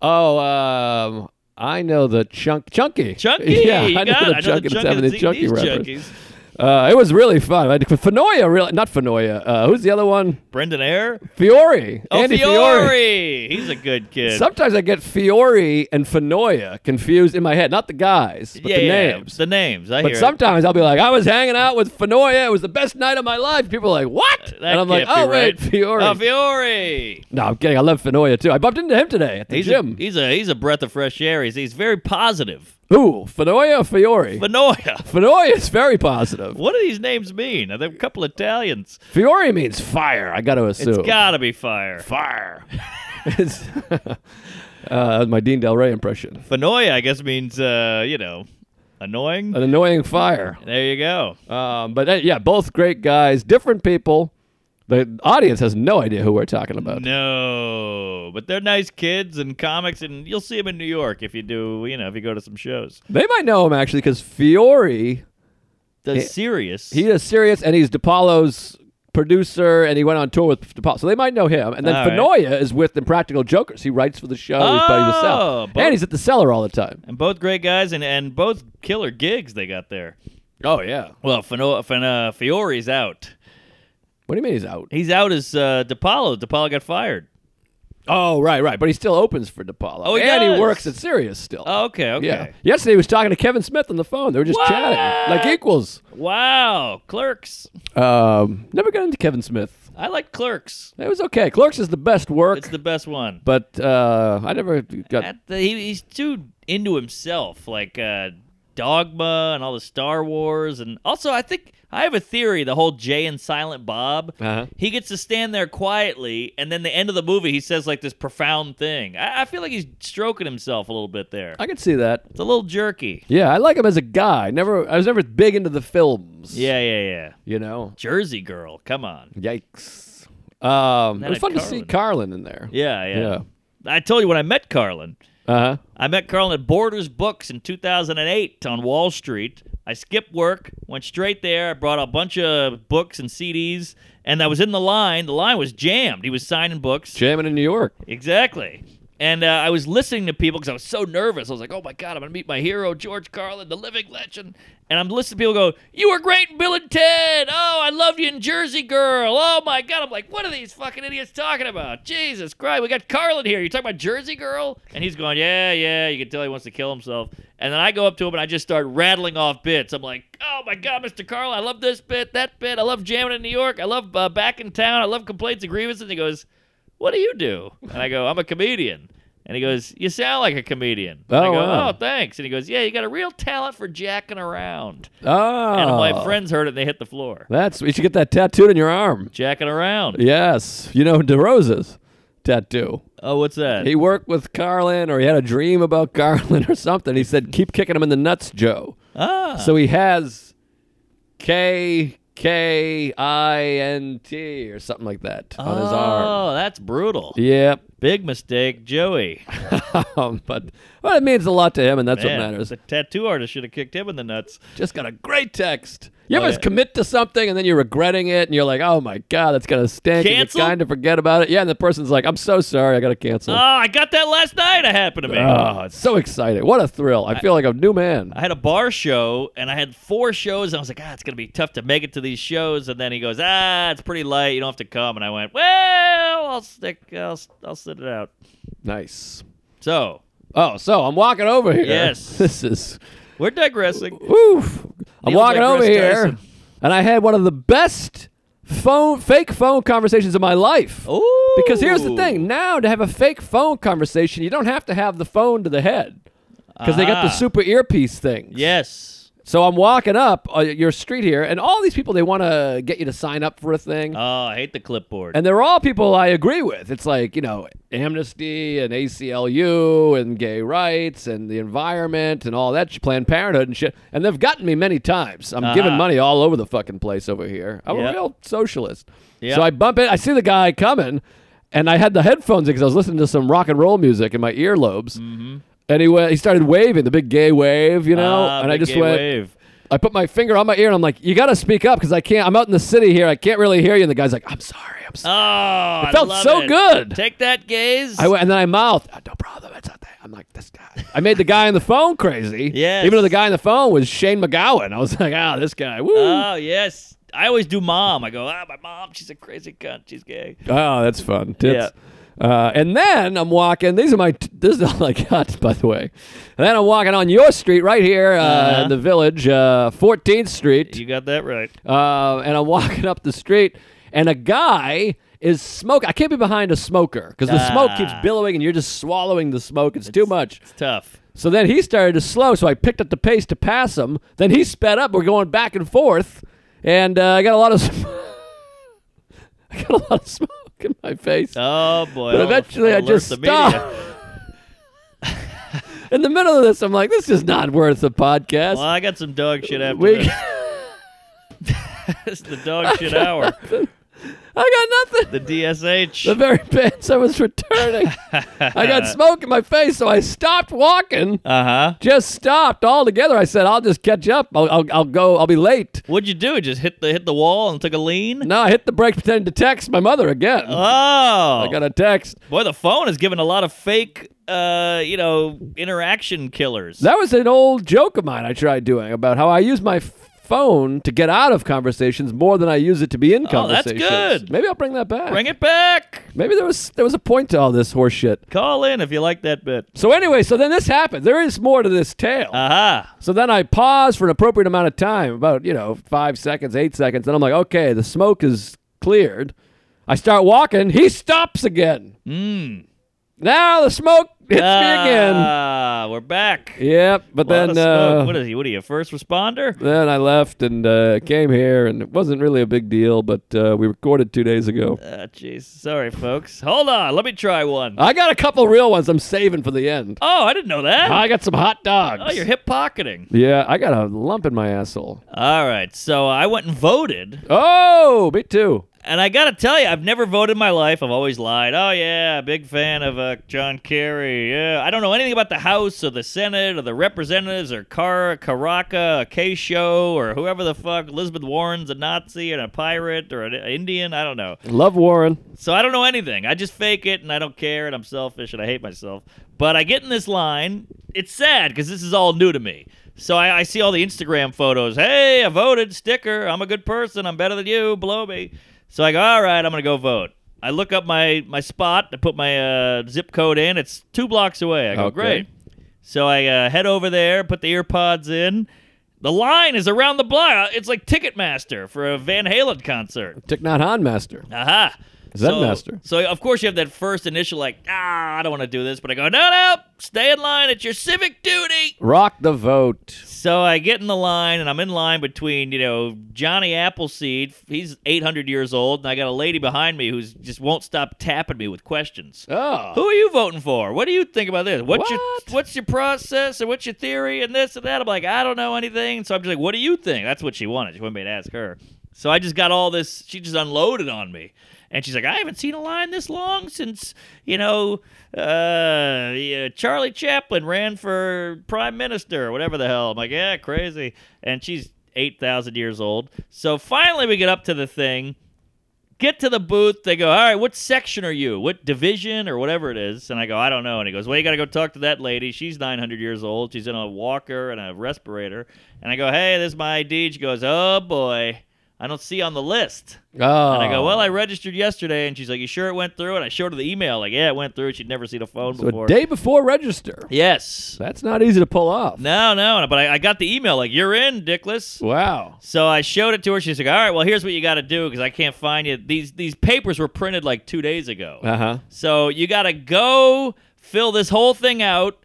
[SPEAKER 4] Oh, um, I know the chunk chunky.
[SPEAKER 2] Chunky.
[SPEAKER 4] Yeah,
[SPEAKER 2] you
[SPEAKER 4] I know
[SPEAKER 2] got
[SPEAKER 4] the
[SPEAKER 2] it.
[SPEAKER 4] chunky.
[SPEAKER 2] I
[SPEAKER 4] that's
[SPEAKER 2] know
[SPEAKER 4] having
[SPEAKER 2] the
[SPEAKER 4] the
[SPEAKER 2] chunky.
[SPEAKER 4] chunky
[SPEAKER 2] that's eating
[SPEAKER 4] rappers.
[SPEAKER 2] these junkies.
[SPEAKER 4] Uh, it was really fun. I, Fenoya, really, not Fenoya. Uh, who's the other one?
[SPEAKER 2] Brendan Eyre.
[SPEAKER 4] Fiore.
[SPEAKER 2] Oh,
[SPEAKER 4] Andy
[SPEAKER 2] Fiore. He's a good kid.
[SPEAKER 4] Sometimes I get Fiore and Fenoya confused in my head. Not the guys, but
[SPEAKER 2] yeah,
[SPEAKER 4] the
[SPEAKER 2] yeah,
[SPEAKER 4] names.
[SPEAKER 2] The names. I
[SPEAKER 4] But
[SPEAKER 2] hear. it.
[SPEAKER 4] sometimes I'll be like, I was hanging out with Fenoya. It was the best night of my life. People are like, what?
[SPEAKER 2] Uh, That
[SPEAKER 4] and I'm like,
[SPEAKER 2] can't be
[SPEAKER 4] oh, wait,
[SPEAKER 2] right.
[SPEAKER 4] Fiore.
[SPEAKER 2] Oh, Fiore.
[SPEAKER 4] no, I'm kidding. I love Fenoya, too. I bumped into him today at the
[SPEAKER 2] He's a,
[SPEAKER 4] gym.
[SPEAKER 2] he's a he's a breath of fresh air. He's, he's very positive.
[SPEAKER 4] Who? Fenoya or Fiore?
[SPEAKER 2] Manoia.
[SPEAKER 4] Fenoya is very positive.
[SPEAKER 2] What do these names mean? Are there a couple Italians?
[SPEAKER 4] Fiore means fire. I got to assume.
[SPEAKER 2] It's gotta be fire.
[SPEAKER 4] fire. It's- uh, my Dean Del Rey impression.
[SPEAKER 2] Fanoia, I guess, means uh, you know, annoying.
[SPEAKER 4] An annoying fire.
[SPEAKER 2] there you go.
[SPEAKER 4] Um, but uh, yeah, both great guys, different people. The audience has no idea who we're talking about.
[SPEAKER 2] No, but they're nice kids and comics, and you'll see them in New York if you do. You know, if you go to some shows.
[SPEAKER 4] They might know him actually because Fiore,
[SPEAKER 2] The
[SPEAKER 4] He-
[SPEAKER 2] serious.
[SPEAKER 4] he is serious and he's DePaulo's producer and he went on tour with DePaulo. So they might know him. And then
[SPEAKER 2] All right.
[SPEAKER 4] Fenoya is with Impractical Jokers. He writes for the show. he's buddy the
[SPEAKER 2] Oh,
[SPEAKER 4] cell.
[SPEAKER 2] both-
[SPEAKER 4] And he's at the cellar all the time.
[SPEAKER 2] and both great guys, and and both killer gigs they got there.
[SPEAKER 4] Oh, yeah.
[SPEAKER 2] Well, Fano, Fan, uh, Fiore's out.
[SPEAKER 4] What do you mean he's out?
[SPEAKER 2] He's out as uh, DePaulo. DePaulo got fired.
[SPEAKER 4] Oh, right, right. But he still opens for DePaulo.
[SPEAKER 2] Oh, he
[SPEAKER 4] and
[SPEAKER 2] does.
[SPEAKER 4] he works at Sirius still.
[SPEAKER 2] Oh, okay, okay.
[SPEAKER 4] Yeah. Yesterday he was talking to Kevin Smith on the phone. They were just chatting like
[SPEAKER 2] What?
[SPEAKER 4] equals.
[SPEAKER 2] Wow, Clerks.
[SPEAKER 4] Um, never got into Kevin Smith.
[SPEAKER 2] I like Clerks.
[SPEAKER 4] It was okay. Clerks is the best work,
[SPEAKER 2] It's the best one.
[SPEAKER 4] but uh, I never got.
[SPEAKER 2] At the, he, he's too into himself, like uh, Dogma and all the Star Wars, and also I think I have a theory. The whole Jay and Silent Bob,
[SPEAKER 4] Uh-huh.
[SPEAKER 2] he gets to stand there quietly, and then the end of the movie, he says like this profound thing. I, I feel like he's stroking himself a little bit there.
[SPEAKER 4] I could see that.
[SPEAKER 2] It's a little jerky.
[SPEAKER 4] Yeah, I like him as a guy. Never, I was never big into the films.
[SPEAKER 2] Yeah, yeah, yeah.
[SPEAKER 4] you know.
[SPEAKER 2] Jersey Girl, come on.
[SPEAKER 4] Yikes. Um,
[SPEAKER 2] Not
[SPEAKER 4] it was
[SPEAKER 2] a
[SPEAKER 4] fun to see Carlin in there.
[SPEAKER 2] Yeah, yeah. I told you when I met Carlin.
[SPEAKER 4] Uh huh.
[SPEAKER 2] I met Carlin at Borders Books in 2008 on Wall Street. I skipped work, went straight there. I brought a bunch of books and CDs, and I was in the line. The line was jammed. He was signing books.
[SPEAKER 4] Jamming in New York.
[SPEAKER 2] Exactly. And uh, I was listening to people because I was so nervous. I was like, oh my God, I'm going to meet my hero, George Carlin, the living legend. And I'm listening to people go, you were great in Bill and Ted. Oh, I loved you in Jersey Girl. Oh my God. I'm like, what are these fucking idiots talking about? Jesus Christ, we got Carlin here. You're talking about Jersey Girl? And he's going, yeah, yeah. You can tell he wants to kill himself. And then I go up to him and I just start rattling off bits. I'm like, oh my God, Mr. Carlin, I love this bit, that bit. I love jamming in New York. I love uh, back in town. I love complaints and grievances. And he goes, what do you do? And I go, I'm a comedian. And he goes, you sound like a comedian. And I
[SPEAKER 4] Oh,
[SPEAKER 2] go,
[SPEAKER 4] wow.
[SPEAKER 2] oh, thanks. And he goes, yeah, you got a real talent for jacking around.
[SPEAKER 4] Oh,
[SPEAKER 2] And my friends heard it and they hit the floor.
[SPEAKER 4] That's you should get that tattooed on your arm.
[SPEAKER 2] Jacking around.
[SPEAKER 4] Yes, you know DeRosa's tattoo.
[SPEAKER 2] Oh, what's that?
[SPEAKER 4] He worked with Carlin, or he had a dream about Carlin, or something. He said, "Keep kicking him in the nuts, Joe."
[SPEAKER 2] ah.
[SPEAKER 4] So he has K K I N T or something like that on his arm.
[SPEAKER 2] Oh, that's brutal.
[SPEAKER 4] Yep.
[SPEAKER 2] Big mistake, Joey.
[SPEAKER 4] Um, but well, it means a lot to him, and that's
[SPEAKER 2] Man,
[SPEAKER 4] what matters.
[SPEAKER 2] The tattoo artist should have kicked him in the nuts.
[SPEAKER 4] Just got a great text. You ever
[SPEAKER 2] Oh, yeah.
[SPEAKER 4] commit to something and then you're regretting it, and you're like, "Oh my god, that's gonna stink." and
[SPEAKER 2] Cancel?
[SPEAKER 4] You kind of forget about it. Yeah, and the person's like, "I'm so sorry, I gotta cancel."
[SPEAKER 2] Oh, I got that last night. It happened to me.
[SPEAKER 4] Oh, it's so exciting. What a thrill. I feel like a new man.
[SPEAKER 2] I had a bar show and I had four shows. And I was like, ah, it's going to be tough to make it to these shows. And then he goes, ah, it's pretty light. You don't have to come. And I went, well, I'll stick. I'll, I'll sit it out.
[SPEAKER 4] Nice.
[SPEAKER 2] So
[SPEAKER 4] Oh, so I'm walking over here.
[SPEAKER 2] Yes.
[SPEAKER 4] This is
[SPEAKER 2] we're digressing.
[SPEAKER 4] oof. I'm
[SPEAKER 2] Neil
[SPEAKER 4] walking
[SPEAKER 2] deGrasse
[SPEAKER 4] over here
[SPEAKER 2] Tyson.
[SPEAKER 4] and I had one of the best phone fake phone conversations of my life.
[SPEAKER 2] Oh,
[SPEAKER 4] Because here's the thing, now to have a fake phone conversation, you don't have to have the phone to the head. Because they got the
[SPEAKER 2] Ah.
[SPEAKER 4] super earpiece thing.
[SPEAKER 2] Yes.
[SPEAKER 4] So I'm walking up uh, your street here, and all these people, they want to get you to sign up for a thing.
[SPEAKER 2] Oh, I hate the clipboard.
[SPEAKER 4] And they're all people I agree with. It's like, you know, amnesty and ACLU and gay rights and the environment and all that, sh- Planned Parenthood and shit. And they've gotten me many times. I'm giving
[SPEAKER 2] Uh-huh.
[SPEAKER 4] money all over the fucking place over here. I'm
[SPEAKER 2] Yep.
[SPEAKER 4] a real socialist.
[SPEAKER 2] Yep.
[SPEAKER 4] So I bump in, I see the guy coming, and I had the headphones in because I was listening to some rock and roll music in my earlobes.
[SPEAKER 2] Mm-hmm.
[SPEAKER 4] And he, went, he started waving, the big gay wave, you know?
[SPEAKER 2] Ah,
[SPEAKER 4] and I
[SPEAKER 2] big
[SPEAKER 4] just
[SPEAKER 2] gay
[SPEAKER 4] went,
[SPEAKER 2] wave.
[SPEAKER 4] I put my finger on my ear and I'm like, you got to speak up because I can't. I'm out in the city here. I can't really hear you. And the guy's like, I'm sorry. I'm
[SPEAKER 2] Oh,
[SPEAKER 4] sorry.
[SPEAKER 2] I
[SPEAKER 4] felt
[SPEAKER 2] love
[SPEAKER 4] so
[SPEAKER 2] it.
[SPEAKER 4] good.
[SPEAKER 2] Take that, gaze.
[SPEAKER 4] I went, and then I mouthed, oh, no problem. It's not that. I'm like, this guy. I made the guy on the phone crazy.
[SPEAKER 2] Yes.
[SPEAKER 4] Even though the guy on the phone was Shane McGowan. I was like, ah, this guy. Woo.
[SPEAKER 2] oh, yes. I always do mom. I go, ah, my mom, she's a crazy cunt. She's gay.
[SPEAKER 4] oh, that's fun. Tits. Uh, and then I'm walking. These are my. T- this is all I got, by the way. And then I'm walking on your street right here uh,
[SPEAKER 2] Uh-huh.
[SPEAKER 4] in the village, uh, 14th Street.
[SPEAKER 2] You got that right.
[SPEAKER 4] uh, and I'm walking up the street, and a guy is smoke. I can't be behind a smoker because the smoke keeps
[SPEAKER 2] Ah.
[SPEAKER 4] billowing and you're just swallowing the smoke. It's too much.
[SPEAKER 2] It's tough.
[SPEAKER 4] So then he started to slow, so I picked up the pace to pass him. Then he sped up. We're going back and forth, and uh, I got a lot of sm- I got a lot of smoke in my face.
[SPEAKER 2] Oh boy.
[SPEAKER 4] But
[SPEAKER 2] I'll-
[SPEAKER 4] eventually,
[SPEAKER 2] I'll
[SPEAKER 4] I
[SPEAKER 2] alert
[SPEAKER 4] just
[SPEAKER 2] the media.
[SPEAKER 4] stopped. in the middle of this, I'm like, "This is not worth a podcast."
[SPEAKER 2] Well, I got some dog shit after
[SPEAKER 4] We-
[SPEAKER 2] this. It's the dog shit hour.
[SPEAKER 4] I got nothing.
[SPEAKER 2] The DSH.
[SPEAKER 4] The very pants I was returning, I got smoke in my face, so I stopped walking.
[SPEAKER 2] uh huh.
[SPEAKER 4] Just stopped altogether. I said, "I'll just catch up. I'll, I'll, I'll go. I'll be late."
[SPEAKER 2] What'd you do? Just hit the hit the wall and took a lean?
[SPEAKER 4] No, I hit the brake pretending to text my mother again.
[SPEAKER 2] Oh.
[SPEAKER 4] I got a text.
[SPEAKER 2] Boy, the phone is giving a lot of fake, uh, you know, interaction killers.
[SPEAKER 4] That was an old joke of mine I tried doing about how I use my f- phone to get out of conversations more than I use it to be in
[SPEAKER 2] Oh, that's
[SPEAKER 4] conversations.
[SPEAKER 2] good.
[SPEAKER 4] Maybe I'll bring that back.
[SPEAKER 2] Bring it back.
[SPEAKER 4] Maybe there was there was a point to all this horse shit.
[SPEAKER 2] Call in if you like that bit.
[SPEAKER 4] So anyway, so then this happened. There is more to this tale.
[SPEAKER 2] Aha.
[SPEAKER 4] so then I pause for an appropriate amount of time, about, you know, 5 seconds, 8 seconds, then I'm like, "Okay, the smoke is cleared." I start walking. He stops again.
[SPEAKER 2] Mm.
[SPEAKER 4] Now the smoke hits me again.
[SPEAKER 2] Ah, we're back.
[SPEAKER 4] Yep, but
[SPEAKER 2] Lot of
[SPEAKER 4] then
[SPEAKER 2] smoke.
[SPEAKER 4] uh,
[SPEAKER 2] what is he? What are you, a first responder?
[SPEAKER 4] then I left and uh, came here, and it wasn't really a big deal. But uh, we recorded two days ago.
[SPEAKER 2] Ah, jeez. Sorry, folks. Hold on. Let me try one.
[SPEAKER 4] I got a couple real ones. I'm saving for the end.
[SPEAKER 2] oh, I didn't know that.
[SPEAKER 4] I got some hot dogs.
[SPEAKER 2] oh, you're hip pocketing.
[SPEAKER 4] yeah, I got a lump in my asshole.
[SPEAKER 2] All right. So I went and voted.
[SPEAKER 4] Oh, me too.
[SPEAKER 2] And I got to tell you, I've never voted in my life. I've always lied. Oh, yeah, big fan of uh, John Kerry. Yeah. I don't know anything about the House or the Senate or the representatives or Car- Caraca, Show or whoever the fuck. Elizabeth Warren's a Nazi and a pirate or an Indian. I don't know.
[SPEAKER 4] Love Warren.
[SPEAKER 2] So I don't know anything. I just fake it and I don't care and I'm selfish and I hate myself. But I get in this line. It's sad because this is all new to me. So I, I see all the Instagram photos. Hey, I voted, sticker. I'm a good person. I'm better than you. Blow me. So I go, all right, I'm going to go vote. I look up my, my spot. I put my uh, zip code in. It's two blocks away. I go,
[SPEAKER 4] Okay.
[SPEAKER 2] great. So I uh, head over there, put the ear pods in. The line is around the block. It's like Ticketmaster for a Van Halen concert.
[SPEAKER 4] Thich Nhat Hanh master.
[SPEAKER 2] Aha.
[SPEAKER 4] Zen master.
[SPEAKER 2] Uh-huh. So of course you have that first initial like, ah, I don't want to do this, but I go, no, no, stay in line. It's your civic duty.
[SPEAKER 4] Rock the vote.
[SPEAKER 2] So I get in the line, and I'm in line between you know Johnny Appleseed. He's 800 years old, and I got a lady behind me who's just won't stop tapping me with questions.
[SPEAKER 4] Oh,
[SPEAKER 2] Who are you voting for? What do you think about this?
[SPEAKER 4] What?
[SPEAKER 2] What's your what's your process and what's your theory and this and that? I'm like, I don't know anything. So I'm just like, what do you think? That's what she wanted. She wanted me to ask her. So I just got all this. She just unloaded on me, and she's like, I haven't seen a line this long since you know, uh, yeah, Charlie Chaplin ran for prime minister or whatever the hell. I'm like, yeah, crazy. And she's eight thousand years old. So finally, we get up to the thing get to the booth. They go, all right, what section are you? What division or whatever it is? And I go, I don't know. And he goes, well, you got to go talk to that lady. She's 900 years old. She's in a walker and a respirator. And I go, hey, this is my ID. She goes, oh boy, I don't see you on the list.
[SPEAKER 4] Oh.
[SPEAKER 2] And I go, well, I registered yesterday. And she's like, you sure it went through? And I showed her the email. Like, yeah, it went through. She'd never seen a phone
[SPEAKER 4] so
[SPEAKER 2] before.
[SPEAKER 4] day before register.
[SPEAKER 2] yes.
[SPEAKER 4] That's not easy to pull off.
[SPEAKER 2] No, no. But I, I got the email. Like, you're in, Dickless.
[SPEAKER 4] Wow.
[SPEAKER 2] So I showed it to her. She's like, "All right, well, here's what you got to do because I can't find you. These these papers were printed like two days ago.
[SPEAKER 4] Uh huh.
[SPEAKER 2] So you got to go fill this whole thing out,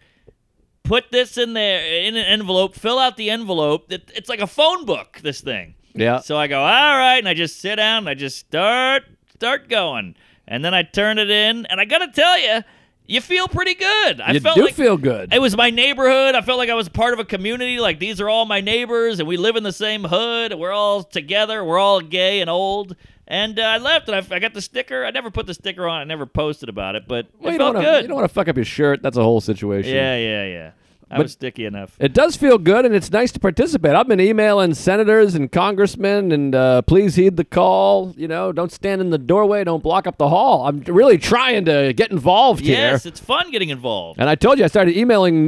[SPEAKER 2] put this in there in an envelope, fill out the envelope. It, it's like a phone book. This thing.
[SPEAKER 4] Yeah.
[SPEAKER 2] So I go, all right, and I just sit down and I just start start going, and then I turn it in, and I gotta tell you, you feel pretty good. I
[SPEAKER 4] you
[SPEAKER 2] felt
[SPEAKER 4] do
[SPEAKER 2] like
[SPEAKER 4] feel good.
[SPEAKER 2] it was my neighborhood. I felt like I was part of a community. Like these are all my neighbors, and we live in the same hood. and We're all together. We're all gay and old. And uh, I left, and I, I got the sticker. I never put the sticker on. I never posted about it, but
[SPEAKER 4] Well,
[SPEAKER 2] it
[SPEAKER 4] you don't
[SPEAKER 2] felt
[SPEAKER 4] wanna,
[SPEAKER 2] good.
[SPEAKER 4] You don't want to fuck up your shirt. That's a whole situation.
[SPEAKER 2] yeah, yeah, yeah. I
[SPEAKER 4] But-
[SPEAKER 2] was sticky enough.
[SPEAKER 4] It does feel good, and it's nice to participate. I've been emailing senators and congressmen, and uh, please heed the call. You know, don't stand in the doorway, don't block up the hall. I'm really trying to get involved
[SPEAKER 2] Yes,
[SPEAKER 4] here.
[SPEAKER 2] it's fun getting involved.
[SPEAKER 4] And I told you, I started emailing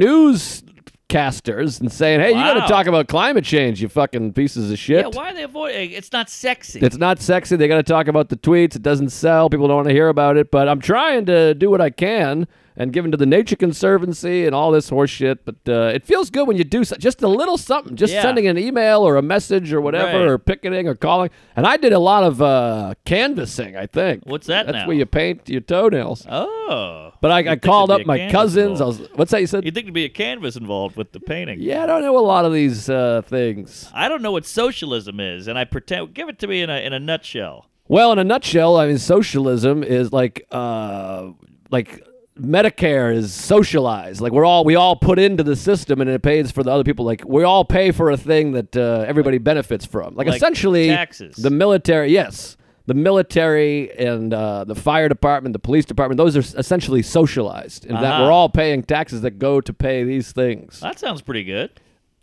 [SPEAKER 4] newscasters and saying, "Hey, you got
[SPEAKER 2] Wow.
[SPEAKER 4] to talk about climate change, you fucking pieces of shit."
[SPEAKER 2] Yeah, why are they avoiding? It's not sexy.
[SPEAKER 4] It's not sexy. They got to talk about the tweets. It doesn't sell. People don't want to hear about it. But I'm trying to do what I can. and given to the Nature Conservancy and all this horse shit. But uh, it feels good when you do so- just a little something, just
[SPEAKER 2] Yeah.
[SPEAKER 4] sending an email or a message or whatever,
[SPEAKER 2] Right.
[SPEAKER 4] or picketing or calling. And I did a lot of uh, canvassing, I think.
[SPEAKER 2] What's that
[SPEAKER 4] That's
[SPEAKER 2] now?
[SPEAKER 4] where you paint your toenails.
[SPEAKER 2] Oh.
[SPEAKER 4] But I, I
[SPEAKER 2] You'd think
[SPEAKER 4] called
[SPEAKER 2] there'd be
[SPEAKER 4] up
[SPEAKER 2] a
[SPEAKER 4] my
[SPEAKER 2] canvas
[SPEAKER 4] cousins. I
[SPEAKER 2] involved.
[SPEAKER 4] was, what's that you said?
[SPEAKER 2] You'd think there'd be a canvas involved with the painting.
[SPEAKER 4] yeah, I don't know a lot of these uh, things.
[SPEAKER 2] I don't know what socialism is, and I pretend. Give it to me in a in a nutshell.
[SPEAKER 4] Well, in a nutshell, I mean, socialism is like, uh, like Medicare is socialized. Like we're all we all put into the system, and it pays for the other people. Like we all pay for a thing that uh, everybody benefits from. Like,
[SPEAKER 2] Like
[SPEAKER 4] essentially,
[SPEAKER 2] taxes.
[SPEAKER 4] The military, yes, the military and uh, the fire department, the police department. Those are s- essentially socialized, in that
[SPEAKER 2] Uh-huh.
[SPEAKER 4] we're all paying taxes that go to pay these things.
[SPEAKER 2] That sounds pretty good.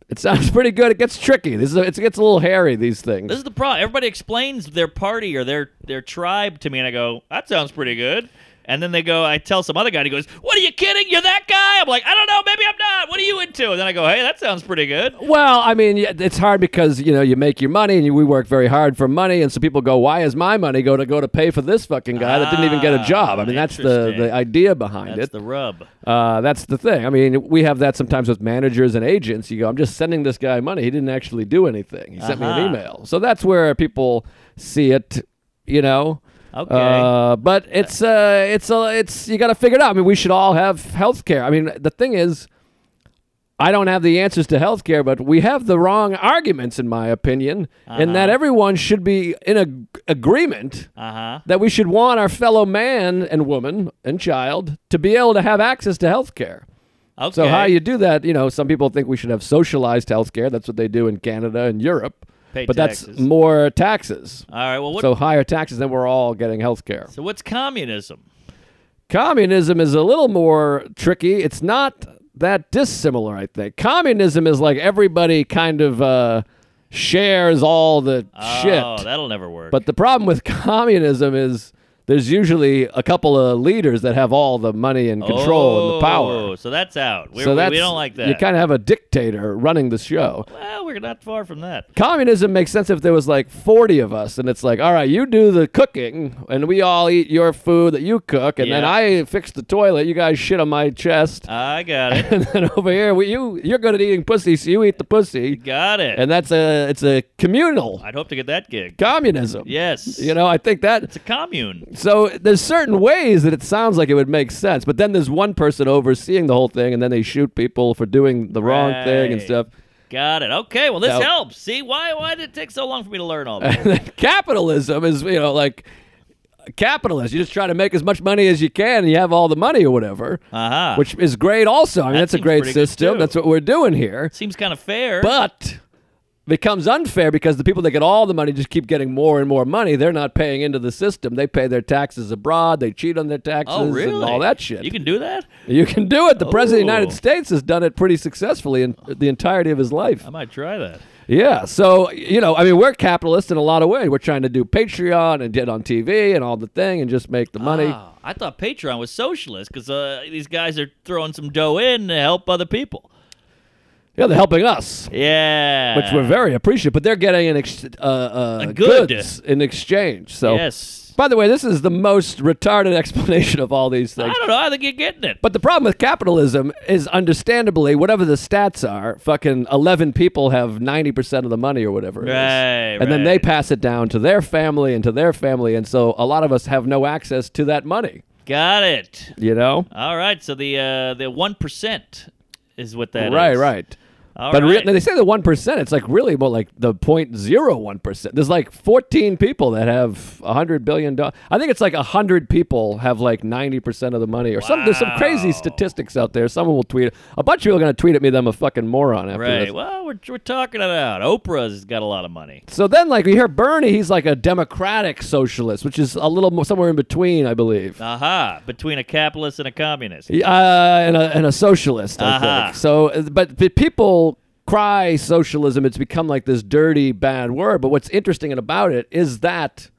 [SPEAKER 4] It sounds pretty good. It gets tricky. This is a, it gets a little hairy. These things.
[SPEAKER 2] This is the problem. Everybody explains their party or their their tribe to me, and I go, "That sounds pretty good." And then they go, I tell some other guy, and he goes, "What are you kidding? You're that guy." I'm like, "I don't know. Maybe I'm not. What are you into?" And then I go, "Hey, that sounds pretty good."
[SPEAKER 4] Well, I mean, y- it's hard because you know you make your money, and you, we work very hard for money, and so people go, "Why is my money go to go to pay for this fucking guy that didn't even get a job?" I
[SPEAKER 2] Ah,
[SPEAKER 4] mean, that's the
[SPEAKER 2] interesting.
[SPEAKER 4] the idea behind
[SPEAKER 2] That's
[SPEAKER 4] it.
[SPEAKER 2] the rub.
[SPEAKER 4] uh, that's the thing. I mean, we have that sometimes with managers and agents. You go, "I'm just sending this guy money. He didn't actually do anything. He sent me
[SPEAKER 2] Uh-huh.
[SPEAKER 4] an email." So that's where people see it. You know.
[SPEAKER 2] Okay.
[SPEAKER 4] Uh, but it's uh, it's uh, it's you got to figure it out. I mean, we should all have health care. I mean, the thing is, I don't have the answers to healthcare, but we have the wrong arguments, in my opinion, in
[SPEAKER 2] Uh-huh.
[SPEAKER 4] that everyone should be in a, agreement
[SPEAKER 2] Uh huh.
[SPEAKER 4] that we should want our fellow man and woman and child to be able to have access to healthcare.
[SPEAKER 2] Okay.
[SPEAKER 4] So how you do that, you know, some people think we should have socialized healthcare. That's what they do in Canada and Europe.
[SPEAKER 2] Pay
[SPEAKER 4] but
[SPEAKER 2] taxes.
[SPEAKER 4] that's more taxes.
[SPEAKER 2] All right. Well, what?
[SPEAKER 4] So
[SPEAKER 2] So,
[SPEAKER 4] higher taxes, then we're all getting healthcare.
[SPEAKER 2] what's communism?
[SPEAKER 4] Communism is a little more tricky. It's not that dissimilar, I think. Communism is like everybody kind of uh, shares all the
[SPEAKER 2] Oh,
[SPEAKER 4] shit.
[SPEAKER 2] that'll never work.
[SPEAKER 4] But the problem with communism is there's usually a couple of leaders that have all the money and control and the
[SPEAKER 2] Oh,
[SPEAKER 4] power.
[SPEAKER 2] So that's out. We're,
[SPEAKER 4] so
[SPEAKER 2] we-
[SPEAKER 4] that's,
[SPEAKER 2] we don't like that.
[SPEAKER 4] You kind of have a dictator running the show.
[SPEAKER 2] well, we're not far from that.
[SPEAKER 4] Communism makes sense if there was like 40 of us and it's like, all right, you do the cooking and we all eat your food that you cook and then
[SPEAKER 2] Yeah. Uh,
[SPEAKER 4] I fix the toilet, you guys shit on my chest.
[SPEAKER 2] I got it.
[SPEAKER 4] and then over here, we, you you're good at eating pussy, so you eat the pussy.
[SPEAKER 2] got it.
[SPEAKER 4] And that's a it's a communal
[SPEAKER 2] I'd hope to get that gig.
[SPEAKER 4] communism.
[SPEAKER 2] Yes.
[SPEAKER 4] You know, I think that
[SPEAKER 2] It's a commune.
[SPEAKER 4] so there's certain ways that it sounds like it would make sense, but then there's one person overseeing the whole thing and then they shoot people for doing the wrong thing and
[SPEAKER 2] Right.
[SPEAKER 4] stuff.
[SPEAKER 2] Got it. Okay. Well, this
[SPEAKER 4] Now-
[SPEAKER 2] helps. See why? Why did it take so long for me to learn all that?
[SPEAKER 4] capitalism is you know like capitalist you just try to make as much money as you can and you have all the money or whatever
[SPEAKER 2] Uh-huh.
[SPEAKER 4] which is great also i mean
[SPEAKER 2] That
[SPEAKER 4] that's a
[SPEAKER 2] seems
[SPEAKER 4] great
[SPEAKER 2] pretty good,
[SPEAKER 4] system
[SPEAKER 2] too.
[SPEAKER 4] that's what we're doing here
[SPEAKER 2] Seems kind of fair.
[SPEAKER 4] but becomes unfair because the people that get all the money just keep getting more and more money they're not paying into the system they pay their taxes abroad they cheat on their taxes
[SPEAKER 2] oh, really?
[SPEAKER 4] and all that shit
[SPEAKER 2] You can do that?
[SPEAKER 4] You can do it the president of the
[SPEAKER 2] Oh.
[SPEAKER 4] united states has done it pretty successfully in the entirety of his life
[SPEAKER 2] I might try that.
[SPEAKER 4] yeah, so you know, I mean, we're capitalists in a lot of ways. We're trying to do Patreon and get on TV and all the thing and just make the money.
[SPEAKER 2] Oh, I thought Patreon was socialist because uh, these guys are throwing some dough in to help other people.
[SPEAKER 4] Yeah, they're helping us,
[SPEAKER 2] Yeah.
[SPEAKER 4] which we're very appreciative. But they're getting an ex- uh, uh,
[SPEAKER 2] A good.
[SPEAKER 4] goods in exchange. So,
[SPEAKER 2] Yes.
[SPEAKER 4] by the way, this is the most retarded explanation of all these
[SPEAKER 2] I
[SPEAKER 4] things.
[SPEAKER 2] don't know. I think you're getting it.
[SPEAKER 4] But the problem with capitalism is, understandably, whatever the stats are, fucking eleven people have ninety percent of the money or whatever. it is.
[SPEAKER 2] Right,
[SPEAKER 4] and then they
[SPEAKER 2] right.
[SPEAKER 4] pass it down to their family and to their family, and so a lot of us have no access to that money.
[SPEAKER 2] Got it.
[SPEAKER 4] You know?
[SPEAKER 2] All right. So the uh, the one percent is what that is.
[SPEAKER 4] right, right.
[SPEAKER 2] All
[SPEAKER 4] but re-
[SPEAKER 2] right.
[SPEAKER 4] they say the one percent. It's like really more like the point zero one percent. There's like fourteen people that have a hundred billion dollars. I think it's like hundred people have like ninety percent of the money, or some. There's some crazy
[SPEAKER 2] Wow.
[SPEAKER 4] statistics out there. Someone will tweet. A bunch of people are gonna tweet at me. that I'm a fucking moron after
[SPEAKER 2] Right.
[SPEAKER 4] this.
[SPEAKER 2] Well, we're, we're talking it out. Oprah's got a lot of money.
[SPEAKER 4] So then, like we hear Bernie, he's like a democratic socialist, which is a little more somewhere in between, I believe.
[SPEAKER 2] Aha. Between a capitalist and a communist.
[SPEAKER 4] uh, and, a, and a socialist, I
[SPEAKER 2] Uh-huh.
[SPEAKER 4] think. So, uh, but the people cry socialism. It's become like this dirty, bad word. But what's interesting about it is that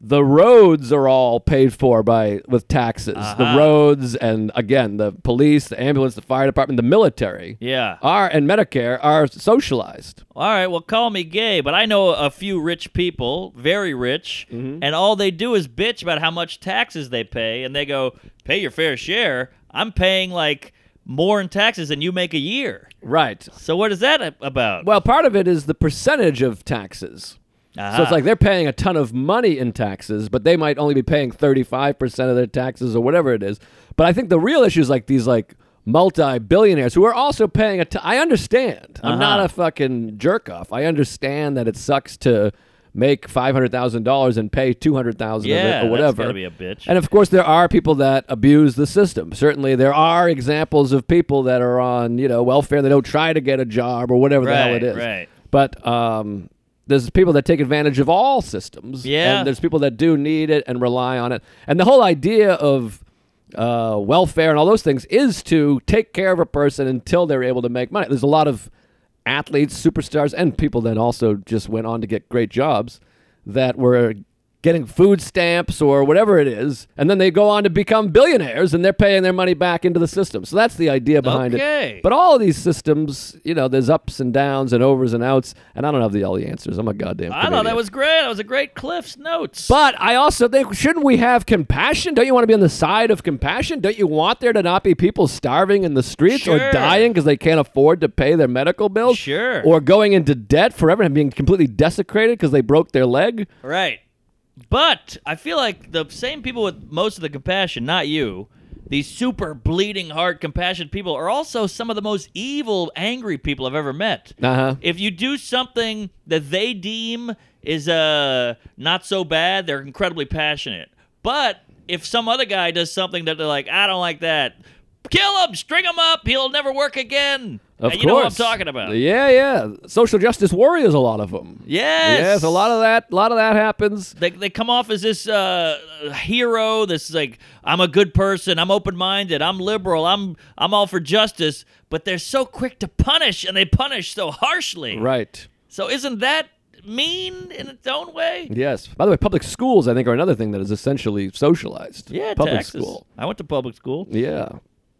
[SPEAKER 4] the roads are all paid for by with taxes.
[SPEAKER 2] Uh-huh.
[SPEAKER 4] The roads and again, the police, the ambulance, the fire department, the military
[SPEAKER 2] Yeah.
[SPEAKER 4] are and Medicare are socialized.
[SPEAKER 2] All right. Well, call me gay, but I know a few rich people, very rich, and all they do is bitch about how much taxes they pay, and they go, pay your fair share. I'm paying like more in taxes than you make a year.
[SPEAKER 4] Right.
[SPEAKER 2] So what is that a- about?
[SPEAKER 4] Well, part of it is the percentage of taxes. So
[SPEAKER 2] Ah.
[SPEAKER 4] it's like they're paying a ton of money in taxes, but they might only be paying 35% of their taxes or whatever it is. But I think the real issue is like these like multi-billionaires who are also paying a t- I understand. I'm
[SPEAKER 2] Uh-huh.
[SPEAKER 4] not a fucking jerk off. I understand that it sucks to make $500,000 and pay 200,000
[SPEAKER 2] yeah,
[SPEAKER 4] of it or whatever.
[SPEAKER 2] That's gotta be a bitch.
[SPEAKER 4] And of course, there are people that abuse the system. Certainly, there are examples of people that are on you know welfare. They don't try to get a job or whatever the hell
[SPEAKER 2] Right,
[SPEAKER 4] it is.
[SPEAKER 2] right.
[SPEAKER 4] But um, there's people that take advantage of all systems.
[SPEAKER 2] Yeah.
[SPEAKER 4] And there's people that do need it and rely on it. And the whole idea of uh, welfare and all those things is to take care of a person until they're able to make money. There's a lot of athletes, superstars, and people that also just went on to get great jobs that were getting food stamps or whatever it is, and then they go on to become billionaires and they're paying their money back into the system. So that's the idea behind
[SPEAKER 2] Okay.
[SPEAKER 4] it. But all of these systems, you know, there's ups and downs and overs and outs, and I don't have the all the answers. I'm a goddamn.
[SPEAKER 2] I thought that
[SPEAKER 4] comedian.
[SPEAKER 2] was great. That was a great Cliff's notes.
[SPEAKER 4] But I also think shouldn't we have compassion? Don't you want to be on the side of compassion? Don't you want there to not be people starving in the streets
[SPEAKER 2] Sure.
[SPEAKER 4] or dying because they can't afford to pay their medical bills?
[SPEAKER 2] Sure.
[SPEAKER 4] Or going into debt forever and being completely desecrated because they broke their leg?
[SPEAKER 2] Right. But I feel like the same people with most of the compassion, not you, these super bleeding heart compassionate people are also some of the most evil, angry people I've ever met.
[SPEAKER 4] Uh-huh.
[SPEAKER 2] If you do something that they deem is uh not so bad, they're incredibly passionate. But if some other guy does something that they're like, I don't like that, kill him, string him up, he'll never work again.
[SPEAKER 4] Of
[SPEAKER 2] And
[SPEAKER 4] course.
[SPEAKER 2] you know what I'm talking about.
[SPEAKER 4] Yeah, yeah. Social justice warriors, a lot of them.
[SPEAKER 2] Yes.
[SPEAKER 4] Yes, a lot of that. A lot of that happens.
[SPEAKER 2] They, they come off as this uh, hero, this like I'm a good person, I'm open minded, I'm liberal, I'm I'm all for justice, but they're so quick to punish and they punish so harshly.
[SPEAKER 4] Right.
[SPEAKER 2] So isn't that mean in its own way?
[SPEAKER 4] Yes. By the way, public schools, I think, are another thing that is essentially socialized.
[SPEAKER 2] Yeah,
[SPEAKER 4] public
[SPEAKER 2] taxes.
[SPEAKER 4] school.
[SPEAKER 2] I went to public school.
[SPEAKER 4] Yeah,